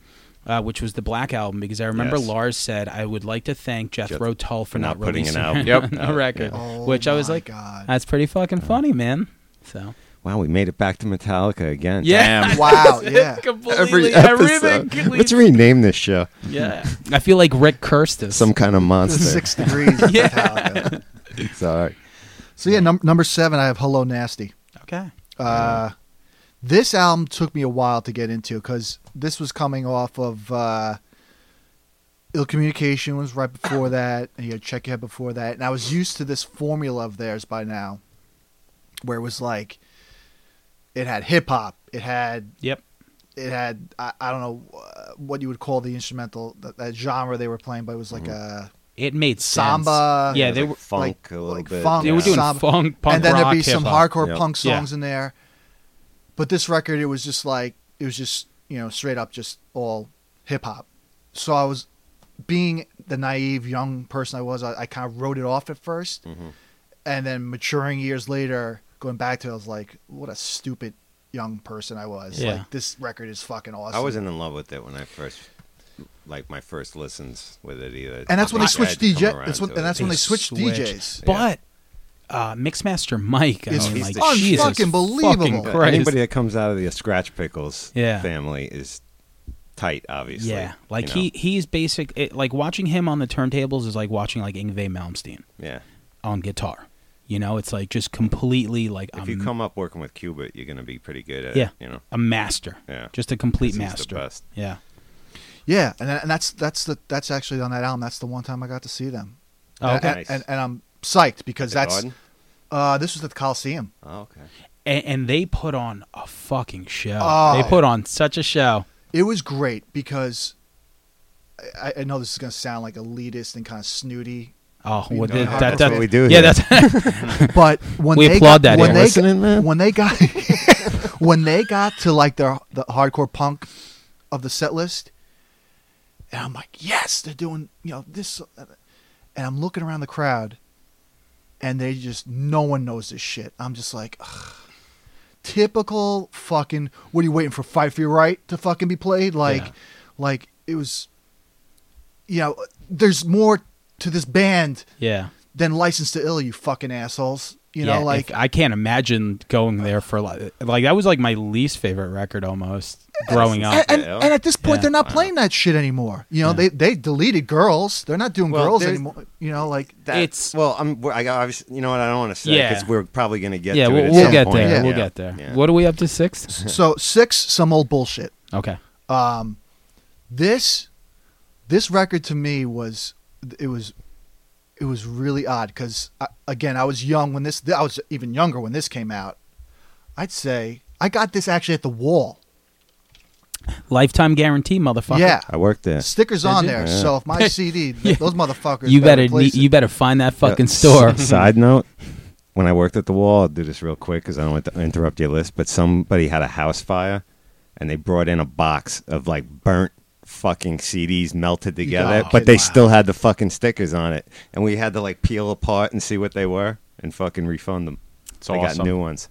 uh, which was the Black Album, because I remember Yes. Lars said, "I would like to thank Jethro Jeth- Tull for not, not putting an releasing album Yep. a out, record," yeah. Oh, which I was my like, God. "That's pretty fucking funny, man." So Wow, we made it back to Metallica again. yeah, wow, yeah. completely everything. episode. Let's rename this show. yeah, I feel like Rick cursed us. Some kind of monster. Six degrees. of Yeah. Metallica. Sorry. So yeah, num- number seven, I have Hello Nasty. okay, Uh, this album took me a while to get into because this was coming off of uh, Ill Communication was right before that, and you had Check Your Head before that, and I was used to this formula of theirs by now, where it was like it had hip hop, it had yep, it had I, I don't know uh, what you would call the instrumental that, that genre they were playing, but it was like a it made sense. samba. Yeah, they Mm-hmm. like were- funk like- a little like bit. funk. They were doing Samba. funk, punk and then rock, there'd be some hip-hop. hardcore Yep. punk songs Yeah. in there. But this record, it was just like it was just you know straight up just all hip hop. So I was being the naive young person I was, I, I kind of wrote it off at 1st Mm-hmm. and then maturing years later, going back to it, I was like, what a stupid young person I was. Yeah. Like this record is fucking awesome. I wasn't in love with it when I first, like my first listens with it either. and that's when they I switched had come DJ. around That's when, to and it. that's when They they switched switched. DJs. But uh, Mixmaster Mike, I It's mean, like, the shit. Jesus Fucking believable. fucking But Christ. Anybody that comes out of the Scratch Pickles Yeah. family is tight, obviously. Yeah, like you know? he he's basic. It, like watching him on the turntables is like watching like Ingve Malmsteen Yeah. on guitar. You know, it's like just completely like If a, you come up working with Cubit, you're gonna be pretty good at Um, Yeah. it. You know. a master, Yeah. just a complete He's the master. best. Yeah. Yeah, and and that's that's the that's actually on that album. That's the one time I got to see them. Oh, And- okay. and, and, and I'm psyched because The that's Garden? uh, this was at the Coliseum. Oh, okay. and, and they put on a fucking show. Oh. They put on such a show. It was great because I, I know this is going to sound like elitist and kind of snooty, Oh, We well, know that, how that, that's what that- we do Yeah, here. that's but when We they got, applaud that when here. they Listening, got, man? when they got when they got to like their the hardcore punk of the set list, and I'm like, yes, they're doing you know this, and I'm looking around the crowd, and they just no one knows this shit. I'm just like. Ugh. Typical fucking. What are you waiting for? Fight for your right to fucking be played. Like, Yeah. like it was. You know, there's more to this band yeah. than License to Ill, you fucking assholes. You Yeah, know, like if- I can't imagine going there for like, like that was like my least favorite record almost growing and, up. and, Yeah. and at this point Yeah. they're not playing that shit anymore. You know, Yeah. they they deleted girls. They're not doing Well, girls there's- anymore. You know, like That, It's- well, I'm. we're- I got- obviously, you know what? I don't want to say Yeah. because we're probably going to get. yeah, to we'll, it at we'll some get point. there. Yeah. We'll Yeah. get there. Yeah. What are we up to sixth? so six, some old bullshit. Okay. Um, this this record to me was it was it was really odd because again I was young when this I was even younger when this came out. I'd say I got this actually at the wall. Lifetime guarantee, motherfucker. Yeah, I worked there. stickers Did on you? there. Yeah. So if my CD, th- those motherfuckers, You better place it. you better find that fucking store. S- Side note: When I worked at the wall, I'll do this real quick because I don't want to interrupt your list. But somebody had a house fire, and they brought in a box of like burnt fucking CDs melted together, gotta but kid- they wow. still had the fucking stickers on it, and we had to like peel apart and see what they were and fucking refund them. It's So I awesome. got new ones.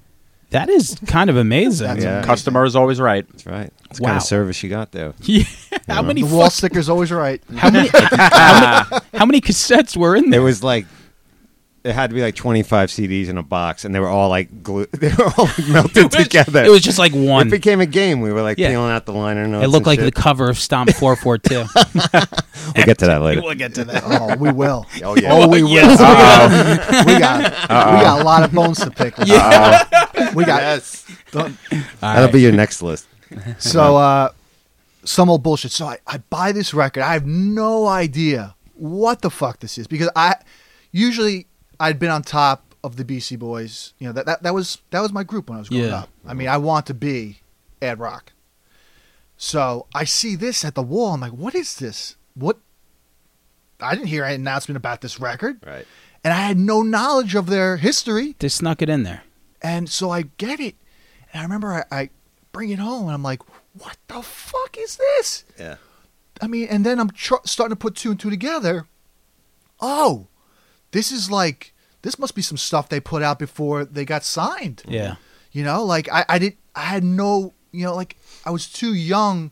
That is kind of amazing. That's Yeah. amazing. Customer is always right. That's right. That's Wow. kind of service you got there. Yeah. How many The wall fuck, sticker's always right. how many how many how many cassettes were in There there? was like. It had to be like 25 CDs in a box, and they were all like glued. They were all like, melted together. It was just like one. It It, became a game. We were like Yeah. peeling out the liner notes. looked and like shit. the cover of Stomp 442. We'll get to that later. we'll get to that. Oh, we will. Oh yeah. Oh, we will. Yes. We got we got a lot of bones to pick. with that. We got yes. done. Uh-uh. That'll be your next list. so uh, some old bullshit. So I, I buy this record. I have no idea what the fuck this is because I usually I'd been on top of the BC Boys. You know that that, that was that was my group when I was growing Yeah. up. I mean, I want to be Ad Rock. So I see this at the wall. I'm like, what is this? What? I didn't hear an announcement about this record. Right. and I had no knowledge of their history. They snuck it in there. And so I get it. And I remember I, I bring it home and I'm like, what the fuck is this? Yeah. I mean, and then I'm tr- starting to put two and two together. Oh, this is like, this must be some stuff they put out before they got signed. Yeah. You know, like I, I did, I had no, you know, like I was too young,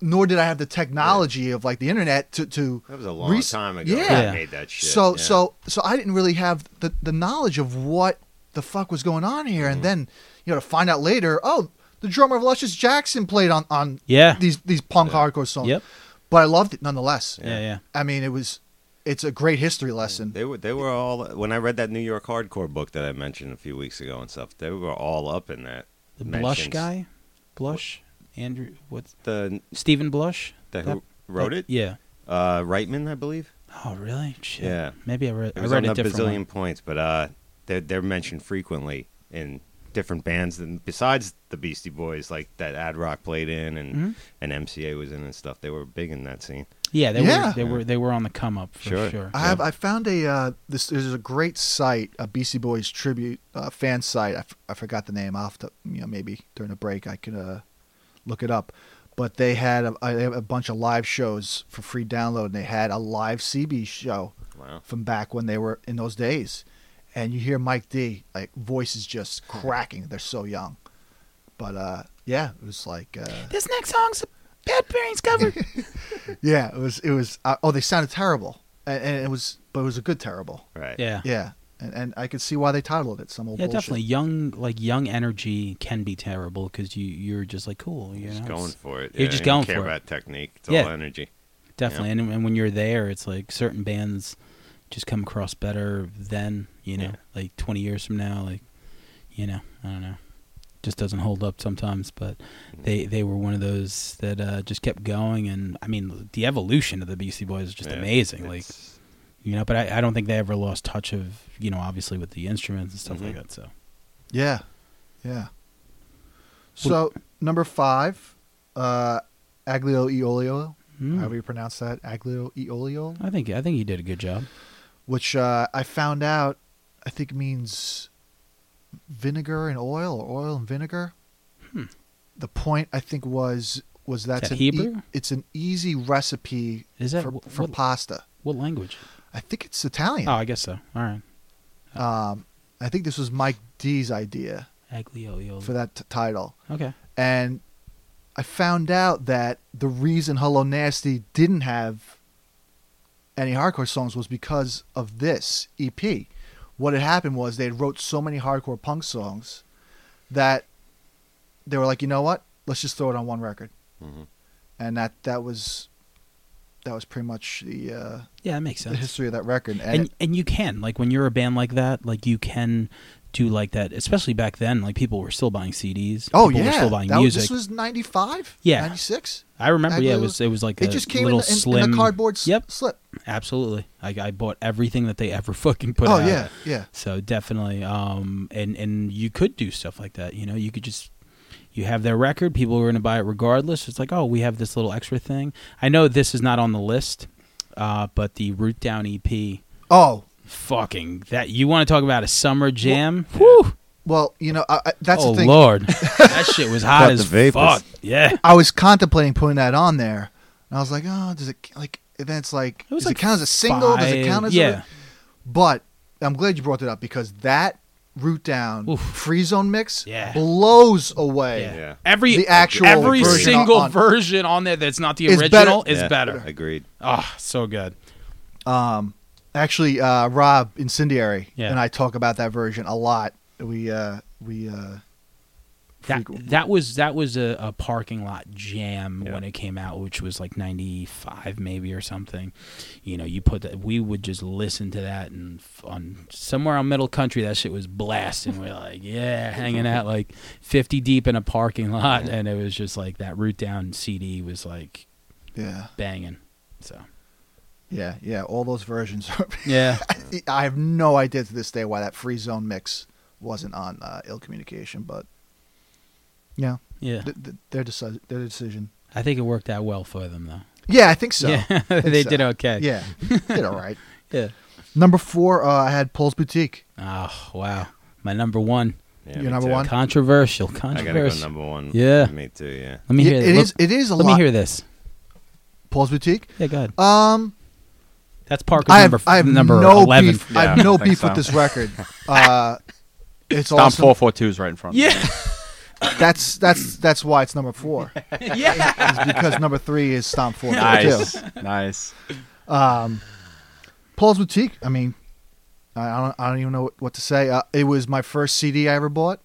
nor did I have the technology of like the internet to, to, That was a long Rec- time ago. Yeah. Yeah. Made that shit. so Yeah. so so I didn't really have the, the knowledge of what the fuck was going on here, Mm-hmm. and then you know to find out later, oh, the drummer of Luscious Jackson played on on Yeah. these these punk hardcore songs. Yep. But I loved it nonetheless. Yeah, yeah. I mean, it was it's a great history lesson. They were they were all when I read that New York hardcore book that I mentioned a few weeks ago and stuff. They were all up in that. The Blush mentions. guy? Blush? Andrew what's The Stephen Blush? the That- who wrote that- it? Yeah. Uh, Reitman, I believe. Oh really? Shit. Yeah. Maybe I read It I was read on a the different bazillion one. points, but uh, they're they're mentioned frequently in different bands than besides the Beastie Boys, like that Ad Rock played in and Mhm. and MCA was in and stuff. They were big in that scene. Yeah, they were Yeah. they were they were on the come up for sure. Sure. I have I found a uh, this there's a great site a BC Boys tribute uh, fan site I, f- I forgot the name off the you know maybe during the break I could uh, look it up but they had a, I- they have a bunch of live shows for free download and they had a live CB show Wow. from back when they were in those days and you hear Mike D like voices just cracking they're so young but uh yeah it was like uh, This next song's a Bad Brains cover. yeah it was it was uh, oh they sounded terrible and, and it was but it was a good terrible Right. yeah. yeah, and, and I could see why they titled it some old Yeah, bullshit. definitely. Young, like young energy can be terrible because you you're just like cool. You Just know, going It's- for it. you're yeah, just you going don't care for it. about technique. It's Yeah. all energy. definitely. And, and when you're there, it's like certain bands just come across better then. You know, Yeah. like 20 years from now, like you know, I don't know, just doesn't hold up sometimes. But Mm. they they were one of those that uh, just kept going. And I mean, the evolution of the Beastie Boys is just Yeah, amazing. Like it's- you know. But I, I don't think they ever lost touch of you know obviously with the instruments and stuff like Mm-hmm. that. So Yeah, yeah. So number five, uh, Aglio e olio, Hmm. however you pronounce that, Aglio e olio, I think I think he did a good job. which uh, I found out I think means vinegar and oil, or oil and vinegar. The point I think was was that's Hmm. that an e Hebrew? it's an easy recipe Is that for, wh- for what- pasta. What language? I think it's Italian. Oh, I guess so. All right, Um, I think this was Mike D's idea Aglio. for that t- title. Okay. and I found out that the reason Hello Nasty didn't have any hardcore songs was because of this EP. What had happened was they had wrote so many hardcore punk songs that they were like, you know what? Let's just throw it on one record, Mm-hmm. Mhm. and that that was that was pretty much the uh, Yeah, that makes the sense. history of that record. And, and and you can like when you're a band like that, like you can do like that, especially back then. Like people were still buying CDs. oh people yeah, were still buying that was, music. this was ninety five, Yeah. ninety six. I remember. Yeah, it Aglio- was it was like It a just came in, little the- in, slim in a cardboard s- Yep, slip. absolutely. Like I bought everything that they ever fucking put oh out. yeah, yeah. So definitely, um, and and you could do stuff like that. You know, you could just you have their record. People are going to buy it regardless. It's like, oh, we have this little extra thing. I know this is not on the list, uh, but the Root Down EP, Oh, fucking that. You want to talk about a summer jam? Whew. Well, you know, I, I, that's oh the thing. lord, that shit was hot Caught as the vapors. fuck. Yeah, I was contemplating putting that on there, and I was like, oh, does it like? And then it's like, It was does like it count as a single? Does it five- count as yeah. A, but I'm glad you brought that up because that root down Oof. free zone mix Yeah. blows away. yeah. Yeah. Every The actual every version single on- version on there that's not the Is original better. is Yeah, better. Agreed. Ah, so good. Um, actually, uh, Rob Incendiary Yeah. and I talk about that version a lot. We uh, we uh, That, frequent- that was that was a, a parking lot jam Yeah. when it came out, which was like ninety five maybe or something. You know, you put that. We would just listen to that, and f- on somewhere on Middle Country, that shit was blasting. We're like, yeah, hanging out like fifty deep in a parking lot, and it was just like that. Root down CD was like yeah, banging. So yeah, yeah. All those versions. Are, yeah, I have no idea to this day why that free zone mix wasn't on uh, Ill Communication, but yeah. yeah. th- th- their deci- their decision. I think it worked out well for them though. Yeah, I think so. yeah, I think they so. did okay. Yeah, did all right. yeah. Number four, uh, I had Paul's Boutique. Oh wow, my number one. Yeah, You're me number too. one? Controversial, I gotta go controversial. number one. Yeah. Me too. Yeah. Let me Yeah, hear it Let- is it is a Let lot. me hear this. Paul's Boutique. Yeah, go ahead. Um, That's Parker's I have, number, I have number no 11. beef. I have Yeah, I no think beef so. with this record. Uh, it's Dom awesome. four four two is right in front. of Yeah. That's that's that's why it's number four. yeah. It's because number three is Stomp Four. me. Nice, nice. Um, Paul's Boutique. I mean, I I don't, I don't even know what to say. Uh, it was my first CD I ever bought.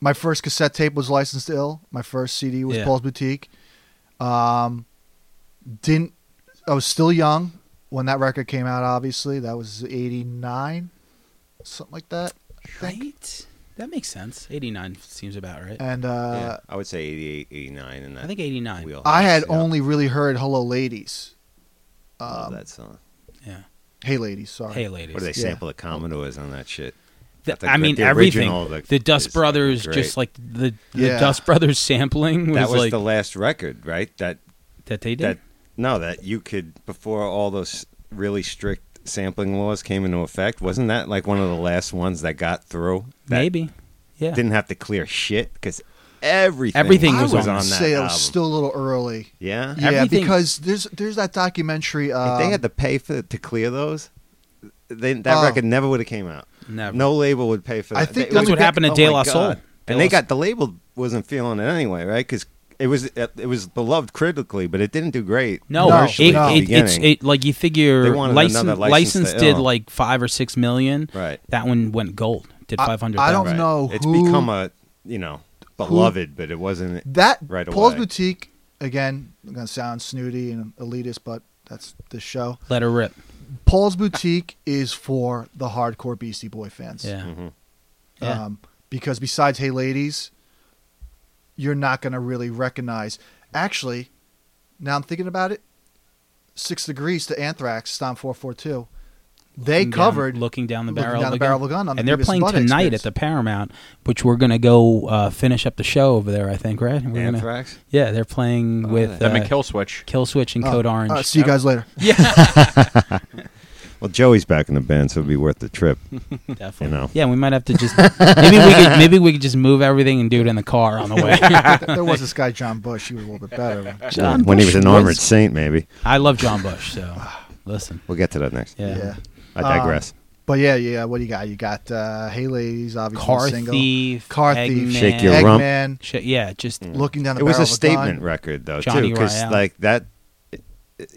My first cassette tape was licensed to ill. My first CD was Yeah. Paul's Boutique. Um, didn't I was still young when that record came out. Obviously, that was '89, something like that. Right? That makes sense. 89 seems about right. And yeah. uh, I would say 88, 89, and that I think 89. wheelhouse, I had yeah. only really heard "Hello, Ladies." Love Um, that song. Yeah. hey, ladies. Sorry. Hey, ladies. What do they yeah. sample the Commodores on that shit? The- That's like I the- mean, the everything. original, like, the is Dust fucking Brothers, great. just like the, the Yeah. Dust Brothers sampling was, that was like the last record, right? That that they did. that no, that you could before all those really strict sampling laws came into effect. Wasn't that like one of the last ones that got through? That Maybe. Yeah. didn't have to clear shit because everything Everything I was would on that say it album. was still a little early. yeah. Yeah, Everything- because there's there's that documentary. Uh, if they had to pay for to clear those, then that Oh. record never would have came out. Never. No label would pay for that. I think It that's was what big- happened to oh De my La God. Soul. De La And they Soul. got the label wasn't feeling it anyway, right? Because it was it was beloved critically, but it didn't do great. No, No, it, commercially no. at the It, it's beginning. it like you figure They wanted license, another license license to did own. like five or six million. Right. That one went gold. Did I- five hundred. I don't Right. know It's who- become a you know beloved, but it wasn't. That right Paul's away. Boutique again. I'm gonna sound snooty and elitist, but that's the show. Let her rip. Paul's Boutique is for the hardcore Beastie Boy fans. Yeah. Mhm. Yeah. Um, because besides Hey Ladies, you're not gonna really recognize. Actually, now I'm thinking about it. Six Degrees to Anthrax, Stomp Four Four Two. They looking down- covered looking down the looking barrel, down of, the the barrel gun. of a gun on the and they're Beavis and playing Butthead tonight experience. at the Paramount, which we're gonna go uh, finish up the show over there. I think, right? We're gonna- Anthrax. yeah, they're playing with Them uh, and Kill Switch. Kill Switch and Uh, Code Orange. Uh, see you guys later. Well, Joey's back in the band, so it'd be worth the trip. Definitely. You know. Yeah, we might have to just maybe we could maybe we could just move everything and do it in the car on the way. there was this guy John Bush. He was a little bit better. John when he was Bush an armored was- saint, maybe. I love John Bush, so listen. We'll get to that next. Yeah. Yeah. I Uh, digress. But yeah, yeah. What do you got? You got uh, Hey Ladies, obviously Car single. thief, Car Thief, Eggman, Shake Your Rump. Eggman, Shit, yeah, just looking down the it was barrel a of gun. statement record, though, Johnny too, because Royale. like that,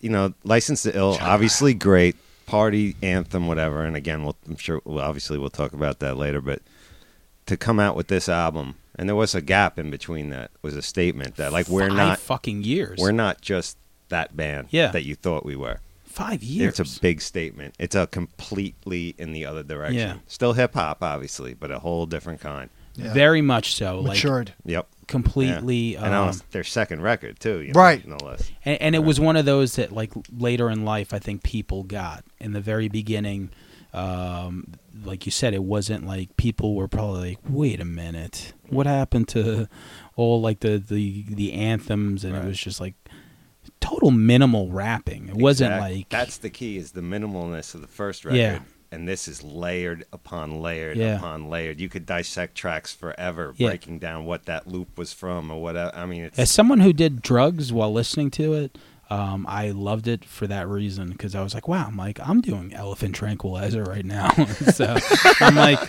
you know, "License to Ill," obviously great party anthem, whatever. And again, we'll, I'm sure, well, obviously, we'll talk about that later. But to come out with this album, and there was a gap in between that, was a statement that like we're five not, fucking years. we're not just that band Yeah. that you thought we were. five years. It's a big statement. It's a completely in the other direction. Yeah. Still hip hop, obviously, but a whole different kind. Yeah. Very much so. Like Matured. Yep. Yeah. completely and um, that was their second record too. You Right. Know, no less. and, and it was one of those that like later in life i think people got in the very beginning um, like you said it wasn't like people were probably like wait a minute what happened to all like the the, the anthems and it Right. was just like total minimal rapping it wasn't Exact- like that's the key is the minimalness of the first record. Yeah. And this is layered upon layered Yeah. upon layered. You could dissect tracks forever, Yeah. breaking down what that loop was from or whatever. I mean, it's as someone who did drugs while listening to it um, I loved it for that reason because I was like, "Wow, I'm like I'm doing Elephant Tranquilizer right now." so I'm like,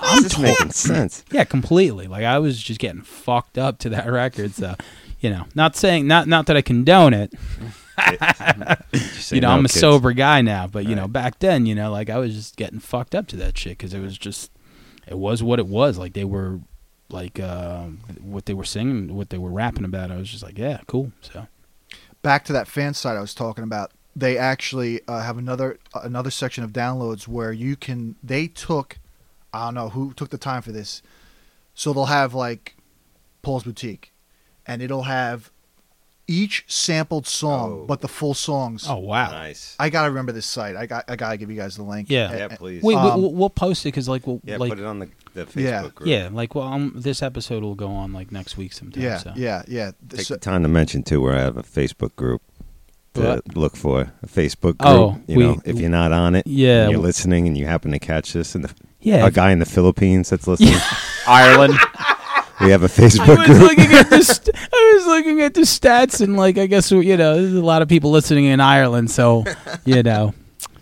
"I'm this is making sense. Yeah, completely. Like I was just getting fucked up to that record. So, you know, not saying not not that I condone it. Just say You know, no, I'm a kids. sober guy now, but you know, back then, you know, like I was just getting fucked up to that shit because it was just, it was what it was. Like they were, like uh, what they were singing, what they were rapping about. I was just like, yeah, cool. So Back to that fan site I was talking about. They actually uh, have another another section of downloads where you can. They took, I don't know who took the time for this, so they'll have like Paul's Boutique, and it'll have each sampled song, Oh. but the full songs. oh wow. Nice. I gotta remember this site. I got I gotta give you guys the link. Yeah. A- Yeah, a- please. Wait, Um, we, we'll post it because like we'll yeah, like put it on the, the Facebook Yeah. group. yeah, like well, um, this episode will go on like next week sometime. yeah, so. yeah, yeah. Take So- the time to mention too where I have a Facebook group to look for a Facebook group. Oh, you we- know, if you're not on it, Yeah. and you're listening, and you happen to catch this, and the, yeah. a guy in the Philippines that's listening, Ireland. we have a I Facebook was group. looking at the st- I was looking at the stats and like I guess you know there's a lot of people listening in Ireland, so you know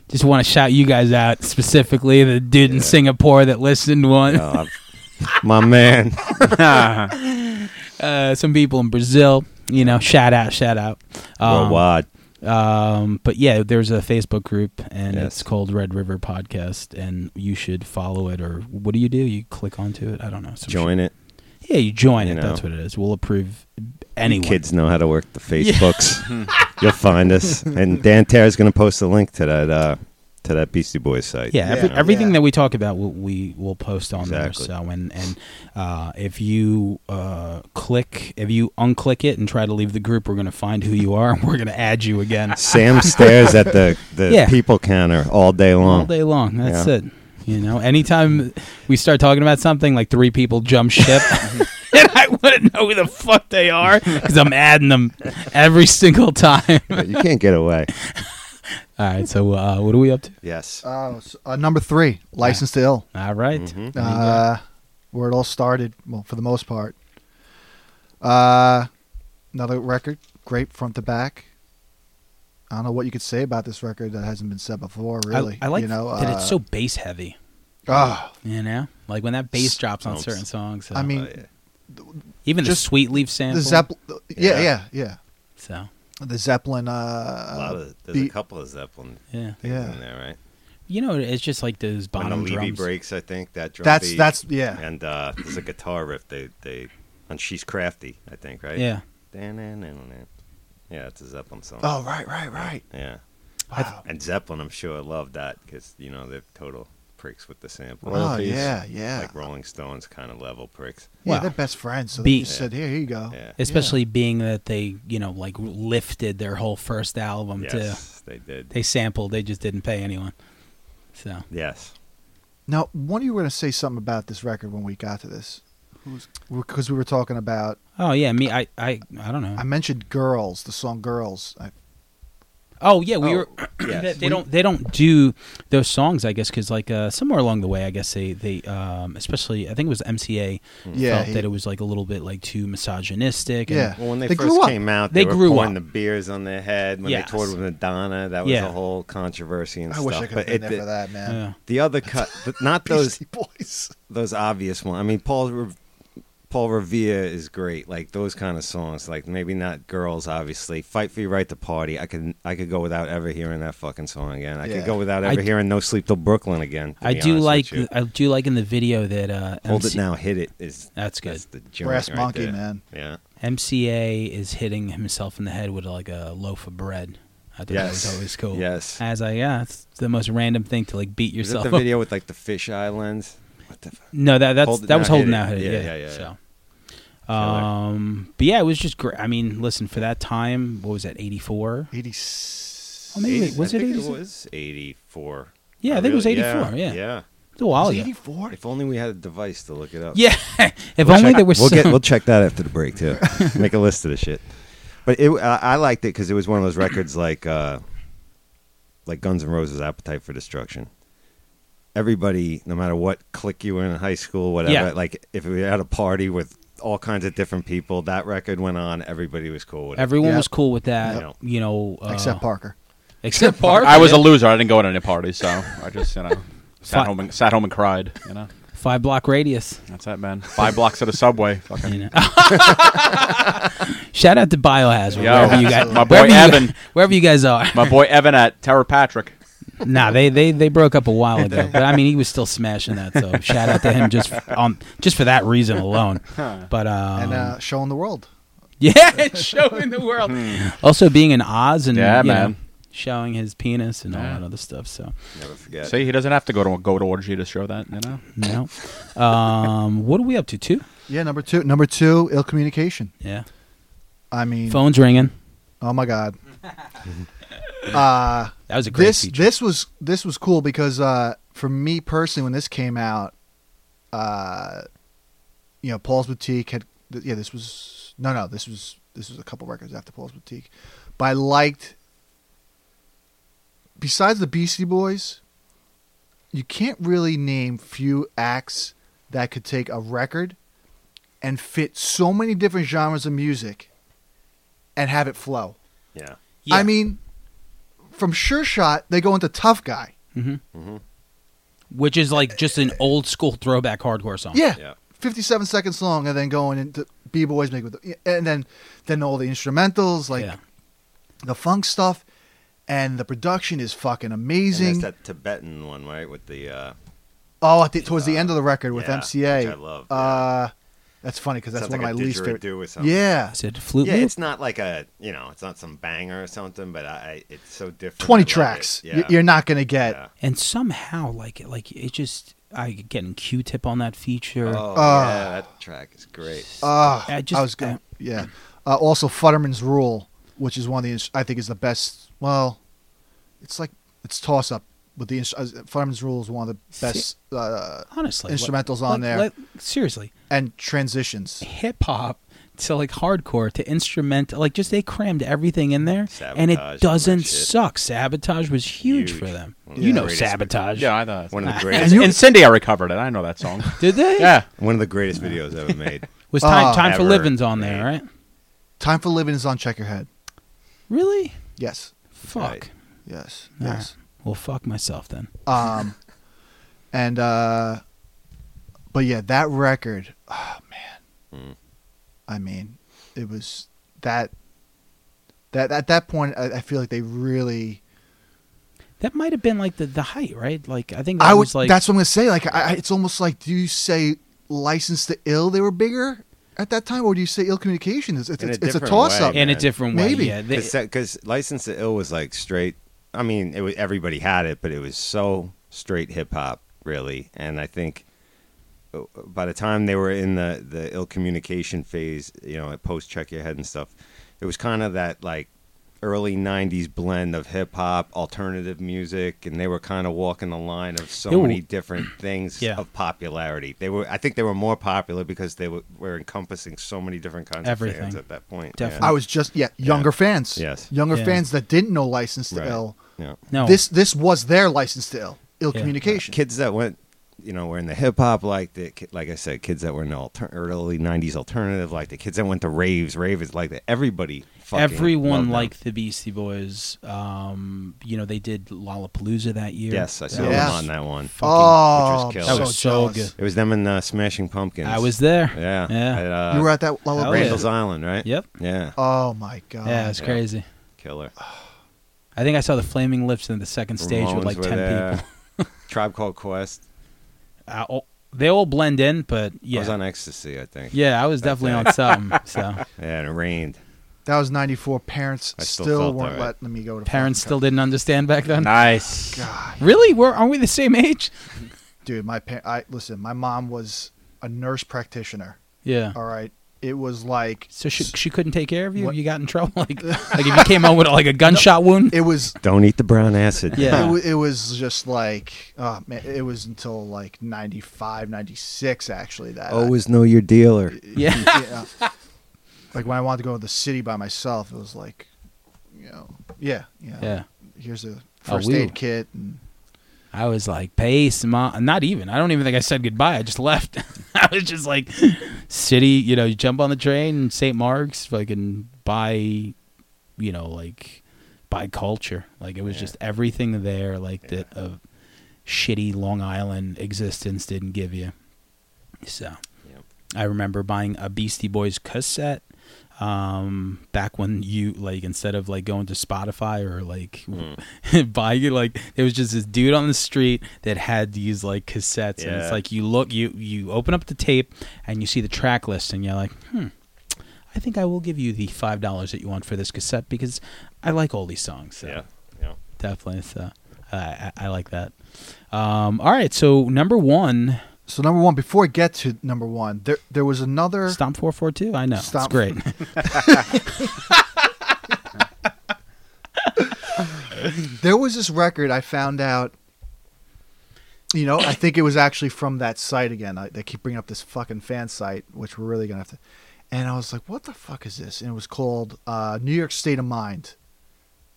just want to shout you guys out specifically the dude in Singapore that listened one, Oh, I'm- my man, uh, some people in Brazil, you know shout out shout out. Um, worldwide. um, but yeah, there's a Facebook group and Yes. it's called Red River Podcast, and you should follow it or what do you do? You click onto it? I don't know. some Join it. shit. Yeah, you join You it. know. That's what it is. We'll approve anyone. Kids know how to work the Facebooks. You'll find us. And Dan Tara's going to post a link to that uh, to that Beastie Boys site. yeah, Yeah. every, everything Yeah. that we talk about we, we will post on Exactly. there so and and uh, if you uh, click if you unclick it and try to leave the group we're going to find who you are and we're going to add you again Sam stares at the, the Yeah. people counter all day long. all day long that's Yeah. it you know anytime we start talking about something like three people jump ship and i wouldn't know who the fuck they are because i'm adding them every single time all You can't get away. right so uh, what are we up to Yes. Oh, s uh, number three, License to Ill. all right. Mhm. There you go. Uh, where it all started, well, for the most part. Uh, another record, great front to back. I don't know what you could say about this record that hasn't been said before, I- really. I, like you know, that uh, it's so bass heavy ah, You know, like when that bass drops on Stomps. certain songs. uh, So. I Oh, mean, even just the Sweet Leaf sample. the Zeppelin. Yeah, Yeah. yeah, yeah. so The Zeppelin. a lot Uh, of, there's be- a couple of Zeppelin yeah, things Yeah. in there, right? you know, it's just like those bottom when the Levy drums. breaks, I think that drum that's beat, that's yeah. and uh, there's a guitar riff they they on She's Crafty, I think, right? Yeah, Dan-na-na-na-na. Yeah, it's a Zeppelin song. Oh right, right, right. Yeah, Wow. and Zeppelin, I'm sure, loved that because you know they're total pricks with the sample. Oh yeah, yeah. Like Rolling Stones kind of level pricks. yeah, Wow. they're best friends. So Be- they just said, "Here, here you go." Yeah. especially being that they, you know, like lifted their whole first album to yes, they did. they sampled. They just didn't pay anyone. So Yes. Now, one of you were going to say something about this record when we got to this, because we were talking about. oh yeah, me I I I don't know. I mentioned girls, the song "Girls." I, Oh yeah, we Oh, were. yes. they, they We- don't. They don't do those songs, I guess, because like uh, somewhere along the way, I guess they they um, especially I think it was MCA Yeah, felt he- that it was like a little bit like too misogynistic. And, Yeah. Well, when they, They first grew up. came out, they, They were grew pouring up. the beers on their head. When Yes. they toured with Madonna, that was Yeah. a whole controversy and I stuff. wish I could have but been it, there the, for that, man. yeah. the other cut, the, not those Beastie Boys. those obvious ones. I mean, Paul Re- Paul Revere is great. Like those kind of songs. Like maybe not girls, obviously. Fight for your right to party. I could I could go without ever hearing that fucking song again. I Yeah. could go without I ever d- hearing No Sleep Till Brooklyn again. to I be do honest like with you. I do like in the video that uh, Hold it MC now, hit it is That's good. the joint Brass right Monkey, there. man. Yeah. MCA is hitting himself in the head with like a loaf of bread. I thought that was Yes. always cool. Yes. I was like, yeah, it's the most random thing to like beat Is that yourself. the up. video with like the fisheye lens? What the fuck? No, that that's Hold it that was now, hit holding it. out. Yeah, Yeah, yeah, yeah, yeah, So, Killer. um, but yeah, it was just great. I mean, listen, for that time, what was that? Eighty four. Eighty. Oh, maybe Eighty- was I it think eighty? was 84. Yeah, I think it was 84, yeah. Yeah. It's a while ago. Eighty four. If only we had a device to look it up. Yeah, if only there was We'll some. get we'll check that after the break too. Make a list of the shit. But it, I I liked it because it was one of those records like uh, like Guns N' Roses' Appetite for Destruction. Everybody, no matter what clique you were in in high school, whatever, Yeah. like if we had a party with all kinds of different people, that record went on. Everybody was cool with it. Everyone Yep. was cool with that. Yep. You know, uh, Except Parker. Except Park. I was a loser. I didn't go to any parties, so I just you know sat home and sat home and cried. You know, five block radius. that's that man. Five blocks at a subway. Fucking You know. Shout out to Biohazard. Yo, wherever you guys, my boy wherever you Evan. guys- wherever you guys are. My boy Evan at Tara Patrick. nah, they, they they broke up a while ago, but I mean he was still smashing that. So shout out to him just um just for that reason alone. But um, and uh, showing the world. yeah, and showing the world. Hmm. Also being in Oz and Yeah, you know, man. showing his penis and all Yeah. that other stuff. So Never forget. See, he doesn't have to go to go to orgy to show that. You know, no, um, what are we up to? Two? Yeah, number two. Number two, ill communication. Yeah, I mean, phones ringing. oh my god. uh That was a great this feature. this was this was cool because uh for me personally, when this came out, uh, you know, Paul's Boutique had th- yeah, this was no no this was this was a couple records after Paul's Boutique, but I liked. Besides the Beastie Boys, you can't really name few acts that could take a record and fit so many different genres of music and have it flow. Yeah. Yeah. I mean, from Sure Shot, they go into Tough Guy. which is like just an old school throwback hardcore song. Yeah. Yeah. 57 seconds long, and then going into B Boys, make with the, and then then all the instrumentals, like Yeah. the funk stuff, and the production is fucking And there's amazing. that Tibetan one, right? With the uh, oh, I think towards the end of the record with yeah, MCA, which I love, yeah. Uh, that's funny because that's Sounds one like of a my least favorite. didgeridoo or something. Yeah, I said flute. Yeah, loop? it's not like a you know, it's not some banger or something, but I, I it's so different. I 20 love it. tracks. Y- Yeah. You're not gonna get. Yeah. and somehow like like it just I getting Q-tip on that feature. Oh, Ah. yeah, that track is great. Ah, I I, just- was going. I- yeah. Uh, also, Futterman's Rule, which is one of the ins- I think is the best. Well, it's like it's toss up with the ins- uh, Futterman's Rule is one of the best uh, Honestly, like- instrumentals like- on there like- seriously, and transitions. hip hop to like hardcore to instrumental, like just they crammed everything in there, and Sabotage, all that it doesn't shit. suck. Sabotage was huge, Huge. for them. One of the You know, greatest- sabotage. yeah, I know. One of the And greatest. you- Incendiary covered it. I know that song. Did they? Yeah, one of the greatest videos ever made. Was time Oh. time for Ever. living's on there, right? Time for Living is on Check Your Head. Really? Yes, Fuck. right. yes, All right. yes. Well, fuck myself then. Um, and uh, but yeah, that record. Oh man, I mean, it was that. That at that point, I, I feel like they really. That might have been like the, the height, right? Like I think that I was was like that's what I'm gonna say. Like, I, I- it's almost like do you say "License to Ill"? They were bigger at that time, or do you say "Ill Communication"? It's it's, In a it's, it's a different toss up. way. in a man. different way. Maybe. Yeah, they- Because License to Ill was like straight. I mean, it was, everybody had it, but it was so straight hip hop, really. And I think uh, by the time they were in the the ill communication phase, you know, at post check your head and stuff, it was kind of that like early '90s blend of hip hop, alternative music, and they were kind of walking the line of so They were- many different things Yeah. of popularity. They were, I think, they were more popular because they were, were encompassing so many different kinds Everything. of fans at that point. Definitely. I was just yeah, younger fans. Yes. Younger Yeah. fans that didn't know License to Right. Ill. Yeah. Yeah. No, This this was their license to ill. Ill Yeah. communication. kids that went you know were in the hip hop like the ki- like I said kids that were in the alter- early 90s alternative like the kids that went to raves raves like that everybody fucking loved everyone them. liked the Beastie Boys. Um, you know, they did Lollapalooza that year. yes I saw That Yeah. them was on that one fucking- Oh, which was that killer. was so jealous. it was them and uh, Smashing Pumpkins I was there. yeah Yeah. at, uh, you were at that Oh, lullaby. yeah. Randall's Island right Yep. yeah Oh my god. yeah, it's yeah. crazy. killer I think I saw the Flaming Lips in the second stage with Ramones like were ten there. people. Tribe Called Quest Uh, all- they all blend in, but I yeah, was on ecstasy I think yeah, I was definitely on something. So yeah and it rained That was ninety four. Parents I still, still felt weren't that, right? letting me go to parents fucking still didn't understand back then. Nice. God, Really, we're aren't we the same age? dude, my par- I listen, my mom was a nurse practitioner. Yeah. All right. It was like So she she couldn't take care of you. What- You got in trouble. Like like if you came out with like a gunshot wound. it was don't eat the brown acid Yeah. It, wa- it was just like oh man it was until like 95 96 actually Oh, that always know your dealer yeah. yeah. like when i wanted to go to the city by myself it was like you know yeah yeah, Yeah. Oh, here's a first we- aid kit and I was like, peace, mom. Not even. I don't even think I said goodbye. I just left. I was just like, city, you know, you jump on the train, St. Mark's, fucking buy, you know, like, buy culture. Like, it was just everything there, like, that a shitty Long Island existence didn't give you. So, Yep. I remember buying a Beastie Boys cassette um back when you like instead of like going to spotify or like Mm. buying it like there was just this dude on the street that had these like cassettes and it's Yeah. like you look you you open up the tape and you see the track list and you're like hmm i think i will give you the five dollars that you want for this cassette because i like all these songs so yeah yeah definitely so I, I i like that um all right so number one so number one before i get to number one there there was another stomp 442 i know Stomp. it's great there was this record i found out you know i think it was actually from that site again I, they keep bringing up this fucking fan site which we're really gonna have to and i was like what the fuck is this and it was called uh, new york state of mind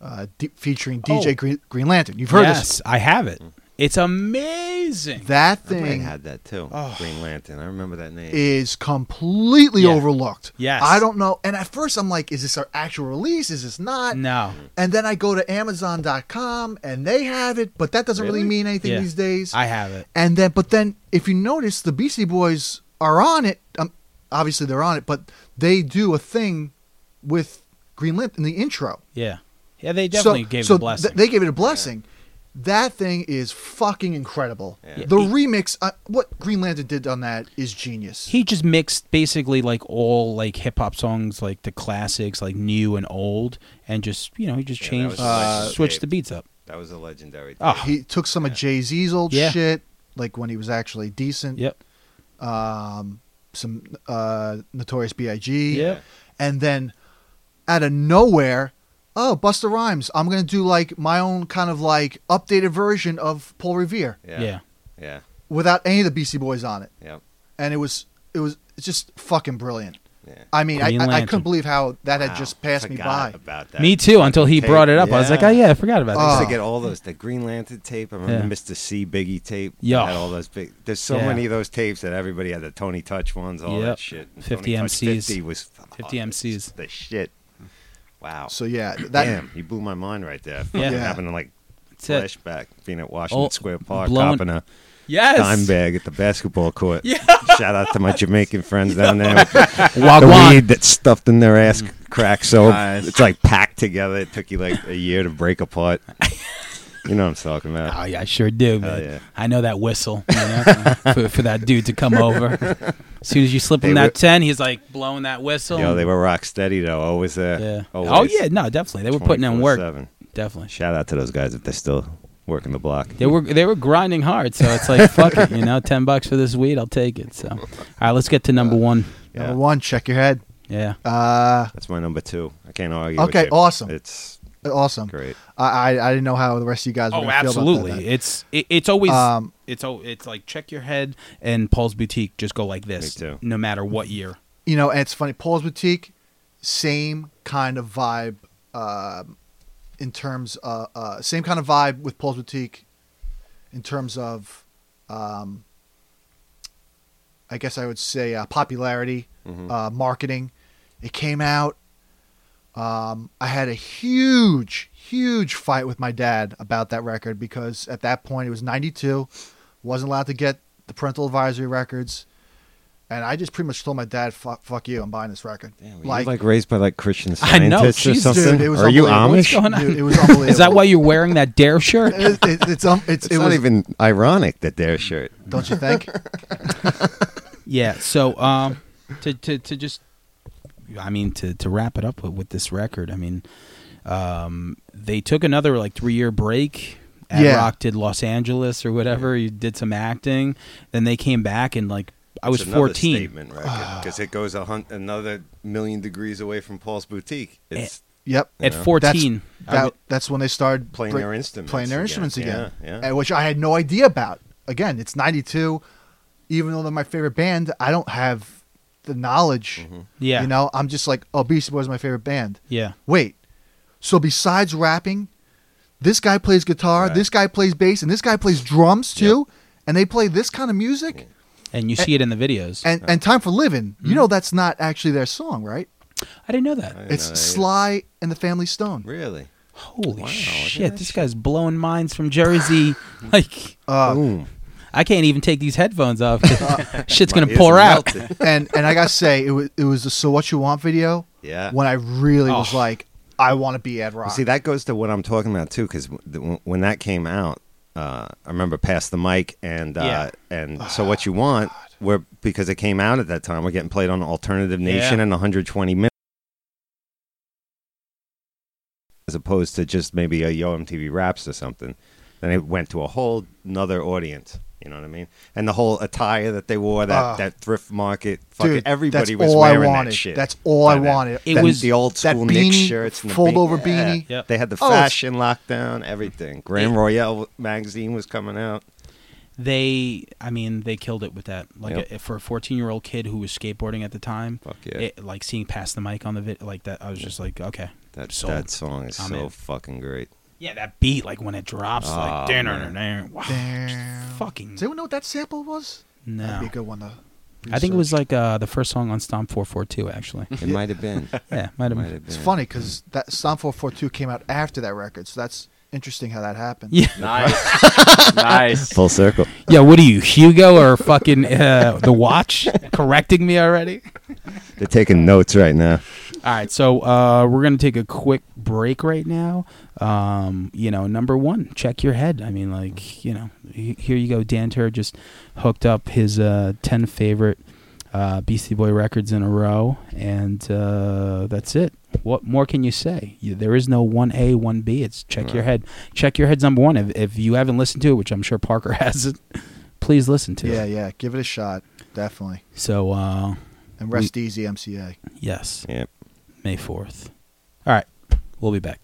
uh, d- featuring dj Oh. green, green lantern you've heard yes i have it it's amazing this that I might have thing Oh. had that too. Green Lantern. I remember that name. is completely Yeah. overlooked Yes. i don't know and at first i'm like is this our actual release is this not no and then i go to amazon.com and they have it but that doesn't really, Really? mean anything Yeah. these days i have it And then, but then, if you notice, the Beastie Boys are on it. Um, obviously, they're on it, but they do a thing with Green Limp in the intro. Yeah. Yeah, they definitely so, gave it so a blessing. th- they gave it a blessing. That thing is fucking incredible. Yeah. The He- remix, uh, what Green Lantern did on that is genius. he just mixed basically like all like hip hop songs, like the classics, like new and old, and just you know he just Yeah, that changed, uh, was a nice switched tape. the beats up. that was a legendary. Oh, He took some of Jay Z's old Yeah. shit, like when he was actually decent. Yep. um, Some uh, Notorious B.I.G. Yep. and then out of nowhere, oh, Buster Rhymes, I'm gonna do like my own kind of like updated version of Paul Revere Yeah. Yeah. Yeah. Yeah. without any of the Beastie Boys on it, Yep. and it was it was just fucking brilliant. Yeah. I mean, I, Green I, I Lantern. couldn't believe how that had Wow, just passed me forgot by. About that. Me too. Until he Tape, brought it up, I was like, yeah. oh yeah, I forgot about Oh. I this. used to get all those the Green Lantern tape. I remember Yeah. Mr. C Biggie tape. Yeah. I had all those big. There's so Yeah. many of those tapes that everybody had. The Tony Touch ones, all Yep. that shit. And 50 Tony Touch MCs. 50 was 50 MCs. The shit. Wow. So yeah, that Damn, you blew my mind right there. Yeah. Yeah. Having like That's it. flashback, being at Washington Oh, Square Park, blowing- copping a Yes. dime bag at the basketball court. Yeah. Shout out to my Jamaican friends down there. With the, the Wagwan. weed that's stuffed in their Mm. ass crack. So Nice. it's like packed together. It took you like a year to break apart. You know what I'm talking Ah, Oh about. yeah, I sure do. Man. yeah. I know that whistle you know, for, for that dude to come over. As soon as you slip him They that were- ten, he's like blowing that whistle. Yo, they were rock steady though. Always there. Yeah. Always. Oh yeah, no, definitely they were putting in work. 24/7. Definitely. Shout out to those guys if they're still working the block. They were they were grinding hard, so it's like fuck it, you know, ten bucks for this weed, I'll take it. So, all right, let's get to number one. number one, check your head. Yeah. Uh, That's my number two. I can't argue. with Okay, you. awesome. It's awesome. great. I, I I didn't know how the rest of you guys. Were Oh, gonna feel about that absolutely. then. it's it, it's always Um, it's al- it's like check your head and Paul's boutique just go like this Me too. no matter what year. you know, and it's funny. Paul's Boutique, same kind of vibe, um in terms of uh, same kind of vibe with Paul's Boutique, in terms of, um, I guess I would say uh, popularity, Mhm. uh, marketing. It came out. Um, I had a huge, huge fight with my dad about that record because at that point it was '92, wasn't allowed to get the parental advisory records. And I just pretty much told my dad, "Fuck, fuck you! I'm buying this record." Damn, were you, like, like, raised by like Christian I know, scientists or jeez, something. dude, it was Are you unbelievable. Amish? What's going on? dude, it was unbelievable. Is that why you're wearing that dare shirt? It, it, it's um, it's, It's it not was. even ironic that their shirt. Don't you think? Yeah. So um, to, to to just, I mean, to to wrap it up with, with this record, I mean, um, they took another like three year break. Ad Yeah. Rock did Los Angeles or whatever. You did some acting. Then they came back and like I was It's another fourteen. Statement record because it goes a hun- another million degrees away from Paul's boutique. Eh. It's Yep. At Yeah. fourteen, I That, would- that's when they started playing break- their instruments. playing their instruments again, Yeah, yeah. and which I had no idea about. Again, it's '92. Even though they're my favorite band, I don't have the knowledge. Mm-hmm. yeah, You know, I'm just like, oh, Beastie Boys is my favorite band. yeah, Wait, so besides rapping, this guy plays guitar, Right. this guy plays bass, and this guy plays drums too, and they play this kind of music. and you see it in the videos. And and time for living, you Mm-hmm. know, that's not actually their song, right? I didn't know that. I didn't It's know that Sly either. and the Family Stone. really. Holy Wow, look at shit! that This shit. guy's blowing minds from Jersey. like Uh, Boom. I can't even take these headphones off. 'cause shit's gonna My ears pour out. melted. and and I gotta say, it was it was the "So What You Want" video Yeah. when I really was Oh. like, I want to be Ed Rock. See, that goes to what I'm talking about too, because when that came out, uh, I remember past the mic and uh, and Oh, so what you want were because it came out at that time. We're getting played on Alternative Nation Yeah. and 120 minutes, as opposed to just maybe a Yo MTV Raps or something. Then it went to a whole another audience. You know what I mean? And the whole attire that they wore, that, Ah. that thrift market, fucking Dude, everybody that's was all I wearing wanted. that shit. That's all I by then. wanted. It That- was- the old that school Knicks beanie, shirts, and the fold bean- over Yeah. beanie. Yep. They had the Oh, it's- fashion locked down, everything. Grand Yeah. Royale magazine was coming out. They, I mean, they killed it with that. Like Yep. a, for a fourteen-year-old kid who was skateboarding at the time, Fuck yeah. it- like seeing past the mic on the vid, like that. I was just like, okay, That sold. that song is I'm so in. fucking great. yeah, that beat, like when it drops, like Oh, dinner, Damn. fucking Does anyone know what that sample was? That'd be no. a good one though. I think it was like uh, the first song on Stomp Four Four Two, actually. It might have been. yeah, might have been. Might have It's been. funny because that Sound 442 came out after that record, so that's interesting how that happened. Yeah, Nice. nice. Full circle. yeah. What are you, Hugo or fucking uh, the Watch? Correcting me already. They're taking notes right now. All right, so uh, we're gonna take a quick break right now. Um, you know, number one, check your head. I mean, like, you know, he- here you go. Dan Tur just hooked up his uh, ten favorite uh, Beastie Boy records in a row, and uh, that's it. What more can you say? You, there is no one A, one B. It's check your Right. head. Check your head's number one. If, if you haven't listened to it, which I'm sure Parker hasn't, please listen to yeah, it. yeah. Give it a shot, definitely. So, uh, And rest easy, MCA. yes, Yep. May fourth. All right, we'll be back.